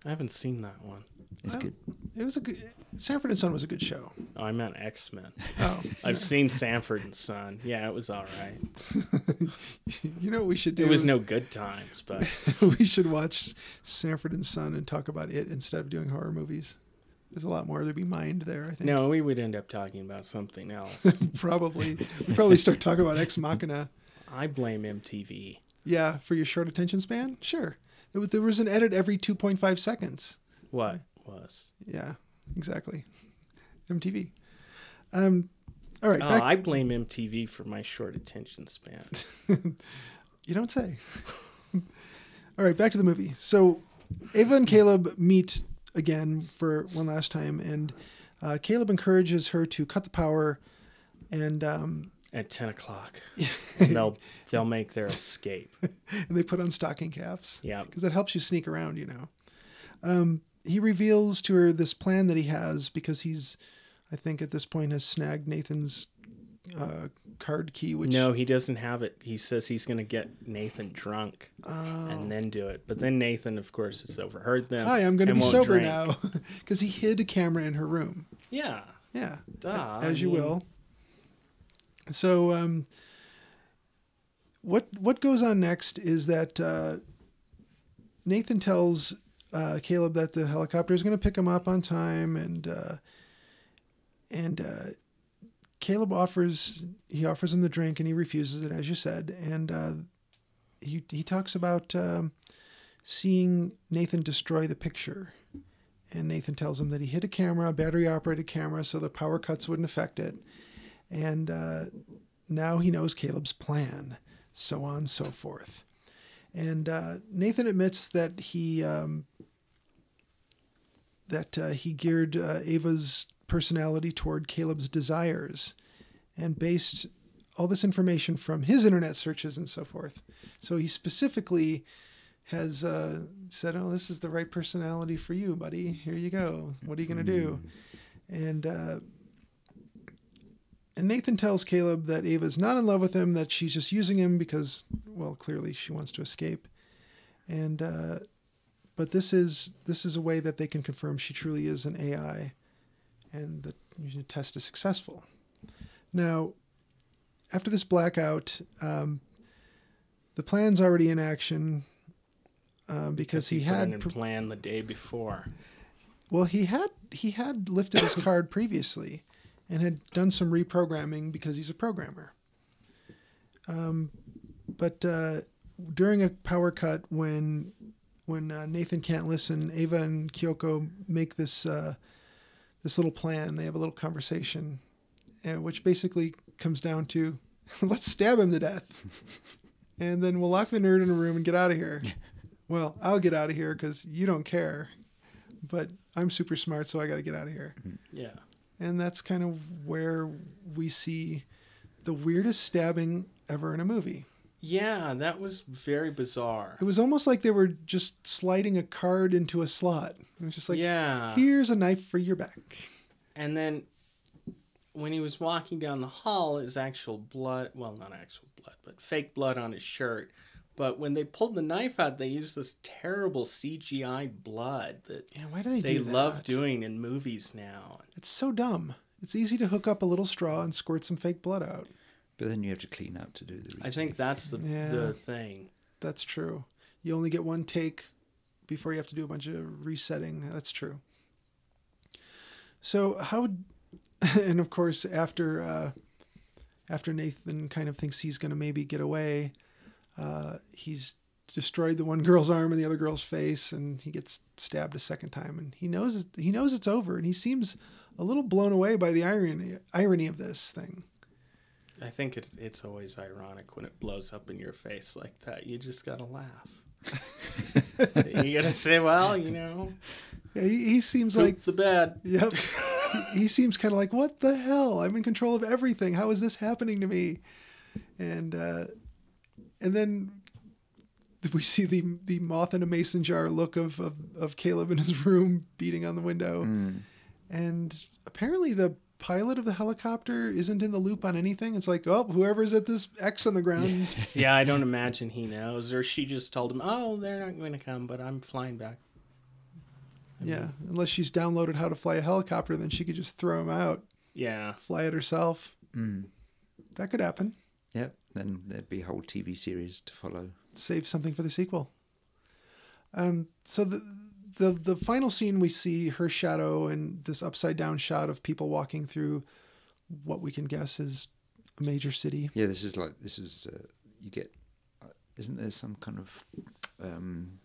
S4: I haven't seen that one.
S5: It's good.
S3: It was a good. Sanford and Son was a good show.
S4: Oh, I meant X Men.
S3: Oh,
S4: I've seen Sanford and Son. Yeah, it was all right.
S3: you know what we should do?
S4: It was no good times, but
S3: we should watch Sanford and Son and talk about it instead of doing horror movies. There's a lot more to be mined there. I think.
S4: no, we would end up talking about something else.
S3: probably we probably start talking about ex machina
S4: I blame MTV.
S3: yeah for your short attention span sure there was, there was an edit every 2.5 seconds
S4: What was?
S3: yeah exactly mtv um all right
S4: Oh,
S3: back,
S4: I blame MTV for my short attention span.
S3: you don't say all right back to the movie so Ava and Caleb meet again for one last time, and uh, Caleb encourages her to cut the power. And um,
S4: at ten o'clock. And they'll they'll make their escape.
S3: and they put on stocking caps.
S4: Yeah.
S3: Because that helps you sneak around, you know. Um, he reveals to her this plan that he has because he's, I think at this point, has snagged Nathan's uh, card key, which
S4: No, he doesn't have it. He says he's going to get Nathan drunk and then do it. But then Nathan, of course, has overheard them.
S3: Oh. Hi, I'm going to be
S4: and won't
S3: sober
S4: drink.
S3: now. Because he hid a camera in her room.
S4: Yeah.
S3: Yeah.
S4: Duh,
S3: as
S4: I
S3: you
S4: mean-
S3: will. So, um, what what goes on next is that uh, Nathan tells uh, Caleb that the helicopter is going to pick him up on time, and uh, and uh, Caleb offers he offers him the drink, and he refuses it, as you said, and uh, he he talks about um, seeing Nathan destroy the picture. And Nathan tells him that he hit a camera, a battery operated camera, so the power cuts wouldn't affect it. And uh, now he knows Caleb's plan, so on so forth. And uh, Nathan admits that he um, that uh, he geared uh, Ava's personality toward Caleb's desires, and based all this information from his internet searches and so forth. So he specifically has uh, said, "Oh, this is the right personality for you, buddy. Here you go. What are you gonna do?" And uh, and Nathan tells Caleb that Ava's not in love with him; that she's just using him because, well, clearly she wants to escape. And uh, but this is this is a way that they can confirm she truly is an AI, and that the test is successful. Now, after this blackout, um, the plan's already in action um, because he
S4: Put in
S3: had
S4: and
S3: pr-
S4: plan the day before.
S3: well, he had he had lifted his card previously, and had done some reprogramming because he's a programmer. Um, but uh, during a power cut, when when uh, Nathan can't listen, Ava and Kyoko make this uh, this little plan. They have a little conversation, uh, which basically comes down to, let's stab him to death, and then we'll lock the nerd in a room and get out of here. Well, I'll get out of here because you don't care but I'm super smart, so I got to get out of here.
S4: Yeah.
S3: And that's kind of where we see the weirdest stabbing ever in a movie.
S4: Yeah, that was very bizarre.
S3: It was almost like they were just sliding a card into a slot. It was just like,
S4: Yeah.
S3: here's a knife for your back.
S4: And then when he was walking down the hall, his actual blood well, not actual blood, but fake blood on his shirt. But when they pulled the knife out, they used this terrible CGI blood that
S3: Yeah, why do they,
S4: they
S3: do that?
S4: love doing in movies now.
S3: It's so dumb. It's easy to hook up a little straw and squirt some fake blood out.
S5: But then you have to clean up to do the.
S4: I think that's the,
S3: Yeah.
S4: the thing.
S3: That's true. You only get one take before you have to do a bunch of resetting. That's true. So how, and of course after uh, after Nathan kind of thinks he's going to maybe get away, uh, he's destroyed the one girl's arm and the other girl's face, and he gets stabbed a second time, and he knows it, he knows it's over, and he seems a little blown away by the irony irony of this thing.
S4: I think it, it's always ironic when it blows up in your face like that. You just gotta laugh. you gotta say, well, you know,
S3: Yeah, he, he seems like
S4: like the bed.
S3: Yep. He- he seems kind of like, what the hell? I'm in control of everything. How is this happening to me? And uh, and then we see the the moth in a mason jar look of of, of Caleb in his room beating on the window. And apparently the pilot of the helicopter isn't in the loop on anything. It's like, oh, whoever's at this X on the ground.
S4: Yeah, I don't imagine he knows, or she just told him, oh, they're not going to come, but I'm flying back.
S3: yeah. Unless she's downloaded how to fly a helicopter, then she could just throw him out,
S4: Yeah,
S3: fly it herself. That could happen.
S5: Yep. Then there'd be a whole TV series to follow.
S3: save something for the sequel. Um, so the, the the final scene we see her shadow and this upside down shot of people walking through what we can guess is a major city.
S5: Yeah, this is like this is uh, you get. uh, Isn't there some kind of um,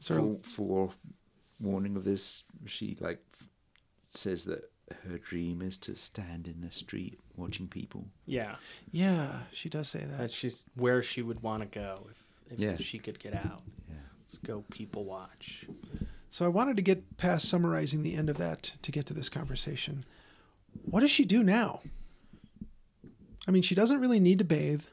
S3: Sort of-
S5: fore- forewarning of this? She like f- says that her dream is to stand in the street watching people.
S4: yeah.
S3: Yeah, she does say that.
S4: That she's where she would want to go if, if
S5: Yeah.
S4: she could get out. Let's go people watch.
S3: So I wanted to get past summarizing the end of that to get to this conversation. What does she do now? I mean, she doesn't really need to bathe.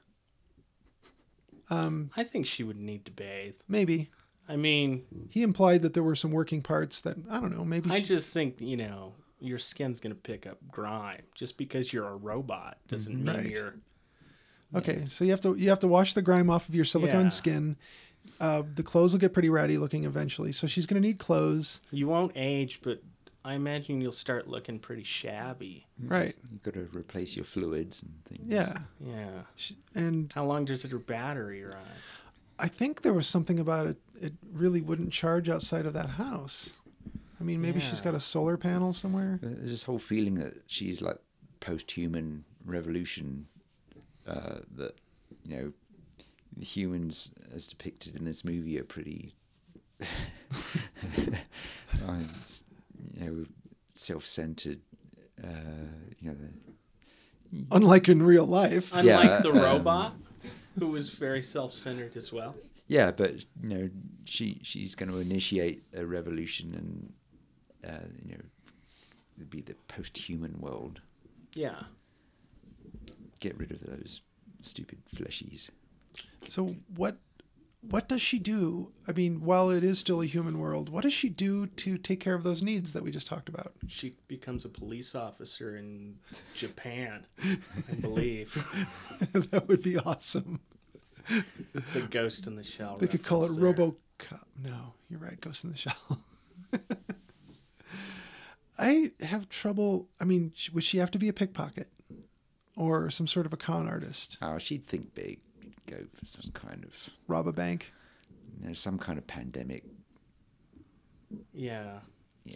S4: I think she would need to bathe.
S3: Maybe.
S4: I mean,
S3: He implied that there were some working parts that, I don't know, maybe
S4: I
S3: she,
S4: just think you know your skin's gonna pick up grime. Just because you're a robot doesn't mean
S3: Mm-hmm. Right.
S4: you're
S3: Okay, so you have to you have to wash the grime off of your silicone
S4: Yeah.
S3: skin. Uh, the clothes will get pretty ratty looking eventually, so she's gonna need clothes,
S4: you won't age, but I imagine you'll start looking pretty shabby.
S3: right?
S5: You've got to replace your fluids and things.
S3: Yeah,
S4: Yeah.
S3: she, and
S4: How long does your battery run?
S3: I think there was something about it. It really wouldn't charge outside of that house. I mean, maybe she's
S4: Yeah.
S3: got a solar panel somewhere.
S5: There's this whole feeling that she's like post-human revolution, uh, that you know, the humans as depicted in this movie are pretty, uh, it's, you know, self-centered. Uh, you know, the-
S3: Unlike in real life,
S4: Unlike
S5: Yeah,
S4: the
S5: um,
S4: robot, who was very self-centered as well.
S5: yeah, but you know, she she's going to initiate a revolution and uh, you know, it'd be the post-human world.
S4: Yeah.
S5: Get rid of those stupid fleshies.
S3: so what? What does she do? I mean, while it is still a human world, what does she do to take care of those needs that we just talked about?
S4: She becomes a police officer in Japan, I believe.
S3: that would be awesome.
S4: It's a ghost in the shell.
S3: They could call it
S4: reference there.
S3: RoboCop. No, you're right. Ghost in the Shell. I have trouble. I mean, sh- would she have to be a pickpocket or some sort of a con artist,
S5: Oh, she'd think big. She'd go for some kind of,
S3: rob a bank?
S5: you know, some kind of pandemic.
S4: Yeah.
S5: Yeah,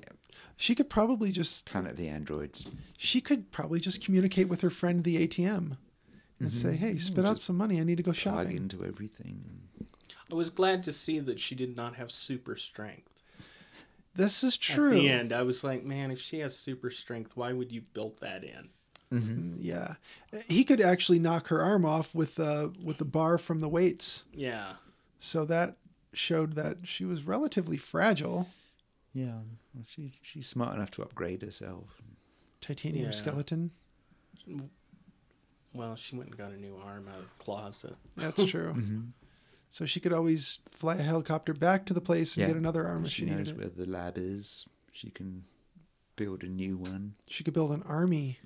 S3: She could probably just
S5: Planet of the Androids.
S3: she could probably just communicate with her friend at the ATM and say, "Hey, spit out some money. I need to go
S5: Plug
S3: shopping."
S5: into everything.
S4: I was glad to see that she did not have super strength.
S3: This is true.
S4: At the end, I was like, man, if she has super strength, why would you build that in?
S3: Yeah, he could actually knock her arm off with uh, with the bar from the weights.
S4: Yeah.
S3: So that showed that she was relatively fragile.
S5: Yeah, well, she she's smart enough to upgrade herself.
S3: titanium
S4: Yeah.
S3: skeleton.
S4: Well, she went and got a new arm out of the closet.
S3: That's true.
S5: Mm-hmm.
S3: So she could always fly a helicopter back to the place and
S5: Yeah.
S3: get another arm if
S5: she
S3: she,
S5: knows
S3: needed it.
S5: where the lab is. She can build a new one.
S3: She could build an army.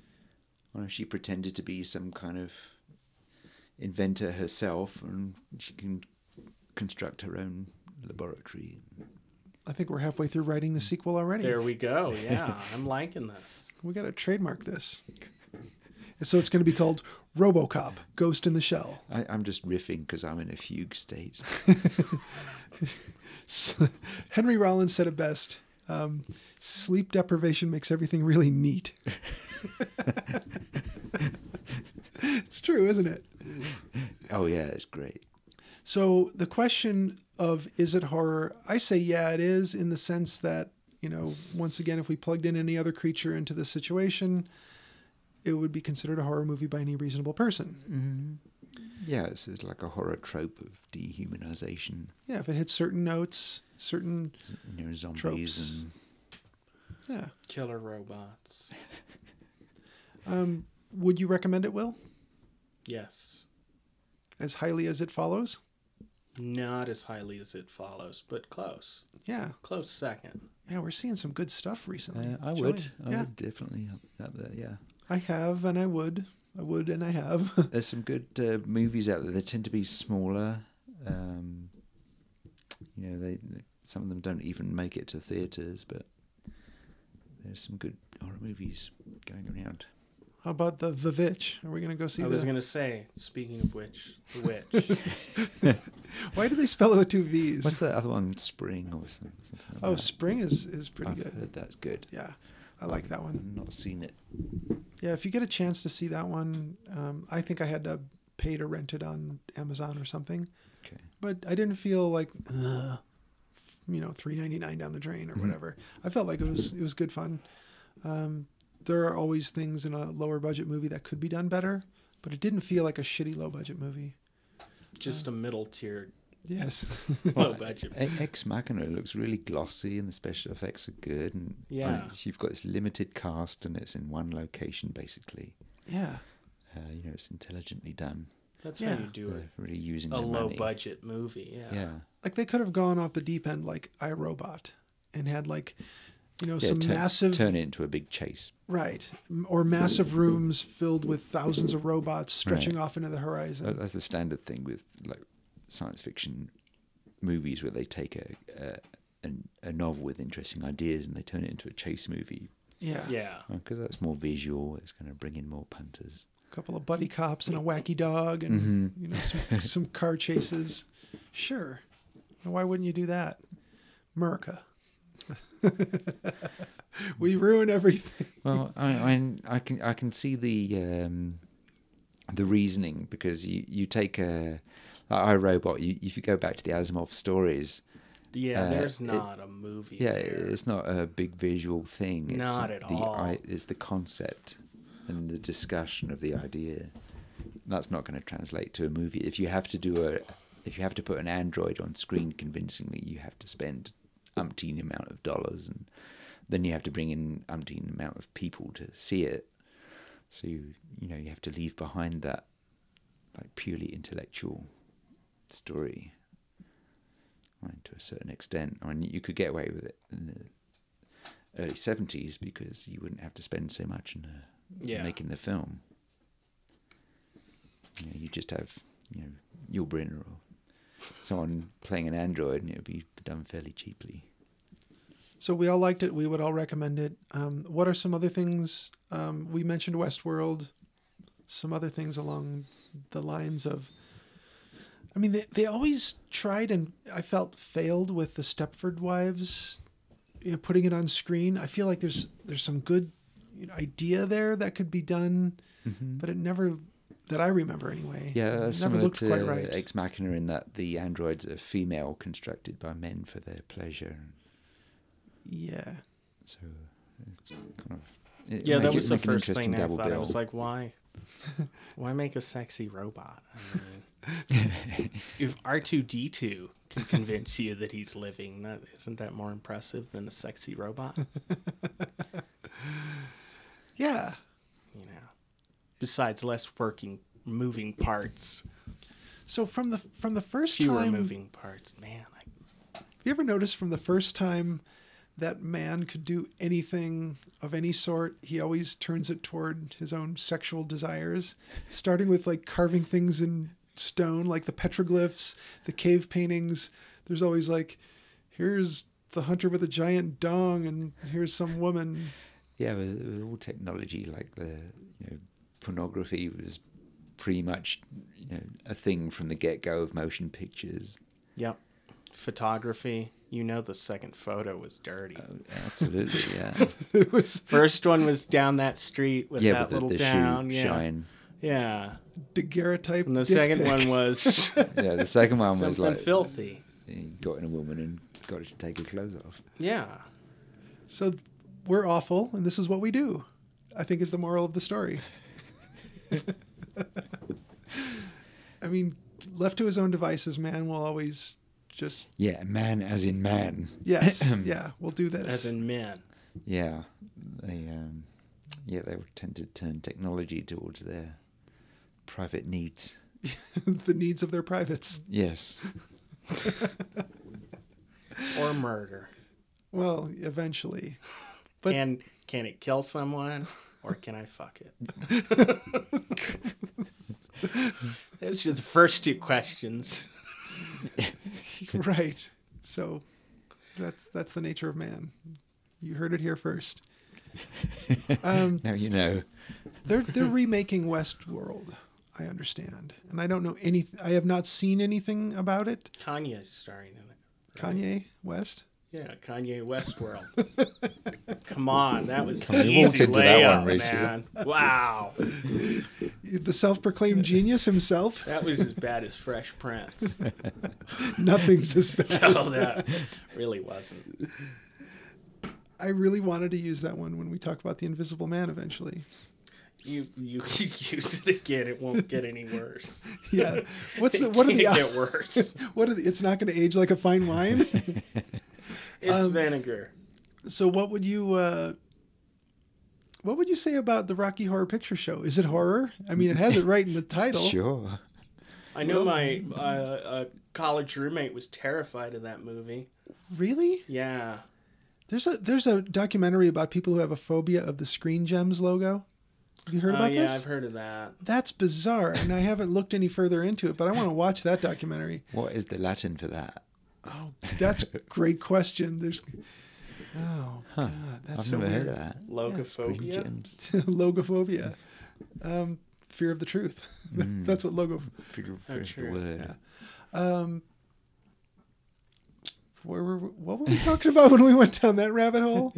S5: Or if she pretended to be some kind of inventor herself, and she can construct her own laboratory.
S3: I think we're halfway through writing
S5: Mm-hmm.
S3: the sequel already.
S4: There we go. Yeah, I'm liking this.
S3: We got to trademark this. And so it's going to be called RoboCop: Ghost in the Shell.
S5: I, I'm just riffing because I'm in a fugue state.
S3: Henry Rollins said it best. Um, sleep deprivation makes everything really neat. it's true, isn't it?
S5: oh yeah, it's great.
S3: So the question of is it horror? I say yeah, it is in the sense that you know once again, if we plugged in any other creature into this situation, it would be considered a horror movie by any reasonable person.
S5: Yeah, it's it's like a horror trope of dehumanization.
S3: Yeah, if it hits certain notes, certain
S5: You know, zombies
S3: Tropes.
S5: and
S3: yeah.
S4: Killer robots.
S3: Um, would you recommend it, Will?
S4: Yes.
S3: As highly as it follows?
S4: Not as highly as it follows, but close.
S3: Yeah,
S4: Close second.
S3: yeah, we're seeing some good stuff recently.
S5: Uh, I
S3: Julie?
S5: would, I
S3: yeah,
S5: would definitely up, up there. Yeah,
S3: I have, and I would, I would, and I have.
S5: there's some good uh, movies out there. They tend to be smaller. Um, you know, they, they- some of them don't even make it to theaters, but there's some good horror movies going around.
S3: How about the Vivitch? Are we gonna go see
S4: I
S3: the?
S4: was going to say, speaking of which, the witch.
S3: Why do they spell it with two V's?
S5: What's that other one? Spring or something. something like
S3: Oh,
S5: that.
S3: spring is is pretty
S5: I've
S3: good.
S5: heard that's good.
S3: Yeah, I like that
S5: I've
S3: one.
S5: not seen it.
S3: Yeah, if you get a chance to see that one, um, I think I had to pay to rent it on Amazon or something,
S5: Okay.
S3: but I didn't feel like, uh, you know, three ninety nine down the drain or whatever. I felt like it was it was good fun. Um, there are always things in a lower budget movie that could be done better, but it didn't feel like a shitty low budget movie.
S4: Just a middle tier
S3: Yes.
S4: Low budget.
S5: E- Ex Machina looks really glossy, and the special effects are good. And and
S4: Yeah.
S5: it's- you've got this limited cast, and it's in one location basically.
S3: yeah.
S5: Uh, you know, it's intelligently done.
S4: That's
S3: Yeah.
S4: how you do it.
S5: They're really using
S4: A
S5: their
S4: low
S5: money.
S4: budget movie. Yeah.
S5: Yeah,
S3: Like they could have gone off the deep end like iRobot and had like you know
S5: yeah
S3: some
S5: turn,
S3: massive
S5: turn it into a big chase.
S3: right m- or massive rooms filled with thousands of robots stretching off into the horizon.
S5: That- That's the standard thing with like science fiction movies where they take a, a an, a novel with interesting ideas and they turn it into a chase movie
S3: yeah.
S4: Yeah.
S5: because that's more visual. It's going to bring in more punters.
S3: A couple of buddy cops and a wacky dog and you know some, some car chases. Sure. Why wouldn't you do that? Merca. we ruin everything.
S5: Well, I, I I can I can see the um, the reasoning because you you take a like iRobot. You if you go back to the Asimov stories,
S4: Yeah.
S5: Uh,
S4: there's
S5: it-
S4: not a movie.
S5: yeah,
S4: there.
S5: it's not a big visual thing. It's
S4: Not at
S5: the,
S4: all.
S5: I, it's the concept and the discussion of the idea. That's not going to translate to a movie. If you have to do a, if you have to put an android on screen convincingly, you have to spend umpteen amount of dollars, and then you have to bring in umpteen amount of people to see it. So you, you know you have to leave behind that like purely intellectual story. I mean, to a certain extent, I mean, you could get away with it in the early seventies because you wouldn't have to spend so much in the,
S4: Yeah.
S5: making the film. You know, you just have you know Yul Brynner or someone playing an android, and it would be done fairly cheaply.
S3: So we all liked it. We would all recommend it. Um, what are some other things? Um, we mentioned Westworld. Some other things along the lines of. I mean, they, they always tried and I felt failed with the Stepford Wives, you know, putting it on screen. I feel like there's there's some good you know, idea there that could be done, but it never that I remember anyway.
S5: Mm-hmm. Yeah,
S3: it
S5: that's
S3: never
S5: Uh, similar
S3: looked
S5: to
S3: quite right.
S5: Ex Machina in that the androids are female, constructed by men for their pleasure. and
S3: yeah,
S5: So it's kind of it
S4: Yeah,
S5: make
S4: that
S5: it-
S4: was the
S5: make an
S4: first thing
S5: interesting
S4: I
S5: double
S4: thought. I was
S5: bill.
S4: like, why, why make a sexy robot? I mean, if R two D two can convince you that he's living, that, isn't that more impressive than a sexy robot?
S3: yeah.
S4: You know, besides less working, moving parts,
S3: So from the from the first
S4: fewer
S3: time,
S4: moving parts. Man, I,
S3: Have you ever noticed from the first time that man could do anything of any sort, he always turns it toward his own sexual desires, starting with like carving things in stone, like the petroglyphs, the cave paintings. There's always like, here's the hunter with a giant dong, and here's some woman.
S5: yeah, with, with all technology like the you know pornography was pretty much you know a thing from the get go of motion pictures.
S4: yep. Photography. You know, the second photo was dirty.
S5: Oh, Absolutely, yeah,
S3: It was
S4: First one was down that street with
S5: yeah,
S4: that
S5: with the,
S4: little
S5: the
S4: down.
S5: shoe
S4: yeah.
S5: shine.
S4: Yeah.
S3: daguerreotype.
S4: And the
S3: dick
S4: second
S3: pic.
S4: one was
S5: Yeah, the second one was
S4: something
S5: like
S4: filthy.
S5: he got in a woman and got her to take her clothes off.
S4: Yeah.
S3: So we're awful, and this is what we do. I think is the moral of the story. I mean, left to his own devices, man will always just
S5: Yeah, man, as in man.
S3: yes, yeah, we'll do this.
S4: As in men.
S5: Yeah, they um, yeah they would tend to turn technology towards their private needs.
S3: the needs of their privates.
S5: Yes,
S4: Or murder.
S3: Well, eventually, But-
S4: and can it kill someone or can I fuck it? Those are the first two questions.
S3: right. So that's that's the nature of man. You heard it here first. Um,
S5: now you know.
S3: They're they're remaking Westworld. I understand, and I don't know any. I have not seen anything about it.
S4: Kanye's starring in it.
S3: Kanye West.
S4: Yeah, Kanye Westworld. Come on, that was
S5: on, you walked
S4: easy
S5: into that
S4: layup,
S5: one, Richie.
S4: man. Wow,
S3: the self-proclaimed genius himself
S4: that was as bad as Fresh Prince.
S3: nothing's as bad
S4: Oh, that really wasn't.
S3: i really wanted to use that one when we talk about the invisible man eventually
S4: You you use it again. It won't get any worse.
S3: Yeah. What's the what are
S4: It
S3: the
S4: can't
S3: odds?
S4: get worse.
S3: What are the, it's not going to age like a fine wine.
S4: It's vinegar.
S3: so what would you uh what would you say about the Rocky Horror Picture Show? Is it horror? I mean, it has it right in the title.
S5: Sure.
S4: I know my uh, uh, college roommate was terrified of that movie.
S3: Really?
S4: Yeah.
S3: There's a there's a documentary about people who have a phobia of the Screen Gems logo. Have you heard
S4: Oh
S3: about
S4: yeah,
S3: this?
S4: I've heard of that.
S3: That's bizarre, and I haven't looked any further into it. But I want to watch that documentary.
S5: What is the Latin for that?
S3: Oh, That's a great question. There's oh god, that's
S5: I've
S3: so
S5: never
S3: weird.
S5: heard of that. Green
S4: Logophobia.
S5: gems.
S3: Logophobia, um, fear of the truth.
S5: Mm.
S3: that's what logo.
S5: Figure- figure
S4: sure.
S5: the word.
S3: Where were we- what were we talking about when we went down that rabbit hole?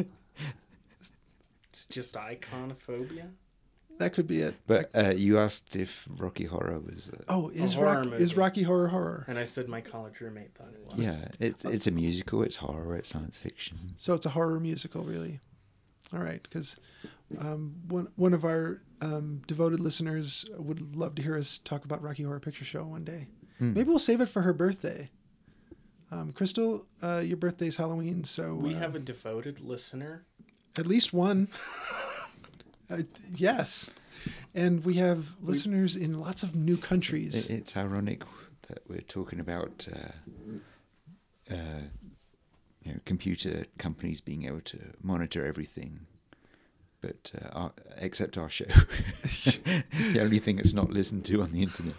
S4: It's just iconophobia.
S3: That could be it.
S5: But uh, you asked if Rocky Horror was. uh, A,
S3: Oh, is
S4: horror
S3: Rock,
S4: movie.
S3: is Rocky Horror horror?
S4: And I said my college roommate thought it was.
S5: yeah, it's it's a musical. It's horror. It's science fiction.
S3: So it's a horror musical, really. All right, because um, one one of our um, devoted listeners would love to hear us talk about Rocky Horror Picture Show one day.
S5: Hmm.
S3: Maybe we'll save it for her birthday. Um, Crystal, uh, your birthday's Halloween, so
S4: We
S3: uh,
S4: have a devoted listener.
S3: at least one. uh, yes, and we have listeners in lots of new countries.
S5: It, it's ironic that we're talking about uh, uh, you know, computer companies being able to monitor everything, but uh, our, except our show, the only thing that's not listened to on the internet.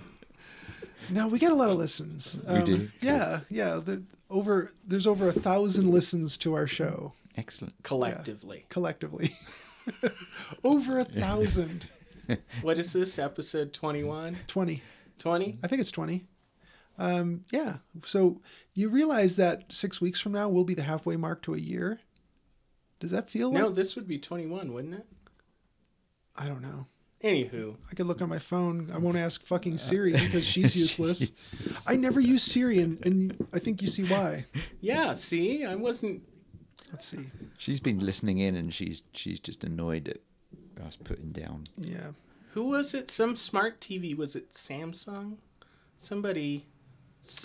S3: No, we get a lot of listens. Um,
S5: We do?
S3: Yeah, yeah. The, over there's over a thousand listens to our show.
S5: Excellent.
S4: Collectively,
S3: collectively. Over a thousand.
S4: what is this episode 21?
S3: 20.
S4: 20?
S3: I think it's 20. Um, yeah. So you realize that six weeks from now, we'll be the halfway mark to a year. Does that feel
S4: No,
S3: like?
S4: this would be 21, wouldn't it?
S3: I don't know.
S4: Anywho,
S3: I could look on my phone. I won't ask fucking Siri because she's useless. I never use Siri, and, and I think you see why.
S4: yeah. See, I wasn't.
S3: Let's see.
S5: She's been listening in, and she's she's just annoyed at us putting down.
S3: Yeah.
S4: Who was it? Some smart TV? Was it Samsung? Somebody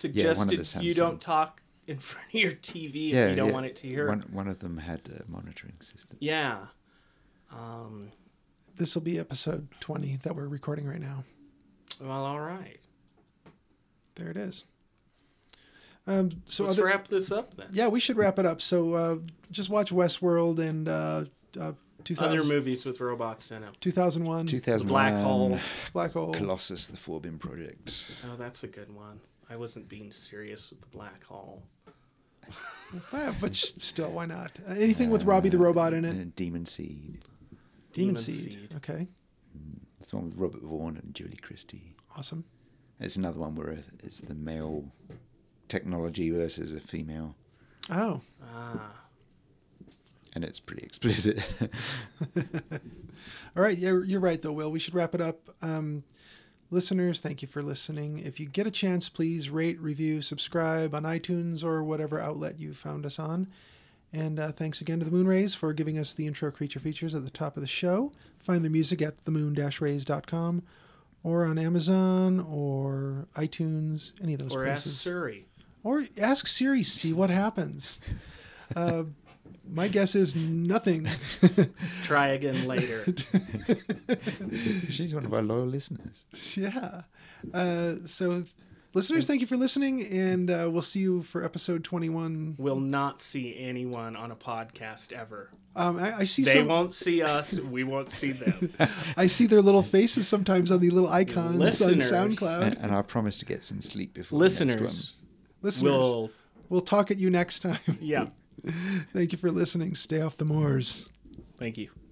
S5: Yeah, one of the
S4: suggested you don't
S5: Samsungs.
S4: talk in front of your TV if you don't want it to hear.
S5: One, one of them had a monitoring system.
S4: Yeah. Um,
S3: This will be episode 20 that we're recording right now.
S4: well, all right.
S3: There it is. Um, so
S4: Let's
S3: other-
S4: wrap this up then.
S3: Yeah, we should wrap it up. So uh, just watch Westworld and uh, uh, 2000,
S4: Other movies with robots in them.
S3: 2001,
S5: Two
S4: The
S5: thousand
S4: Black Hole.
S3: Black Hole.
S5: Colossus, the Forbin project.
S4: Oh, that's a good one. I wasn't being serious with the black hole.
S3: Ah, but sh- still, why not? Uh, anything with Robbie the Robot in it.
S5: Uh, Demon Seed.
S3: Demon,
S4: Demon
S3: Seed.
S4: Seed.
S3: Okay,
S5: It's the one with Robert Vaughn and Julie Christie.
S3: awesome.
S5: It's another one where it's the male technology versus a female,
S3: Oh,
S4: Ah,
S5: and it's pretty explicit.
S3: all right. Yeah, you're right though, Will. We should wrap it up. Um, listeners, thank you for listening. If you get a chance, please rate, review, subscribe on iTunes or whatever outlet you found us on. And uh, thanks again to the Moon Rays for giving us the intro creature features at the top of the show. Find their music at themoon-rays.com or on Amazon or iTunes, any of those
S4: or ask
S3: places.
S4: Siri.
S3: or ask Siri, see what happens. Uh, my guess is nothing.
S4: Try again later.
S5: She's one of our loyal listeners.
S3: yeah. Uh, so, listeners, thank you for listening, and uh, we'll see you for episode 21.
S4: Will not see anyone on a podcast ever.
S3: Um, I, I see
S4: They
S3: some,
S4: won't see us. We won't see them.
S3: I see their little faces sometimes on the little icons
S4: Listeners.
S3: on SoundCloud.
S5: And, and I promise to get some sleep before the next
S4: Listeners
S3: Listeners, we'll,
S4: will.
S3: talk at you next time.
S4: Yeah.
S3: thank you for listening. Stay off the moors.
S4: Thank you.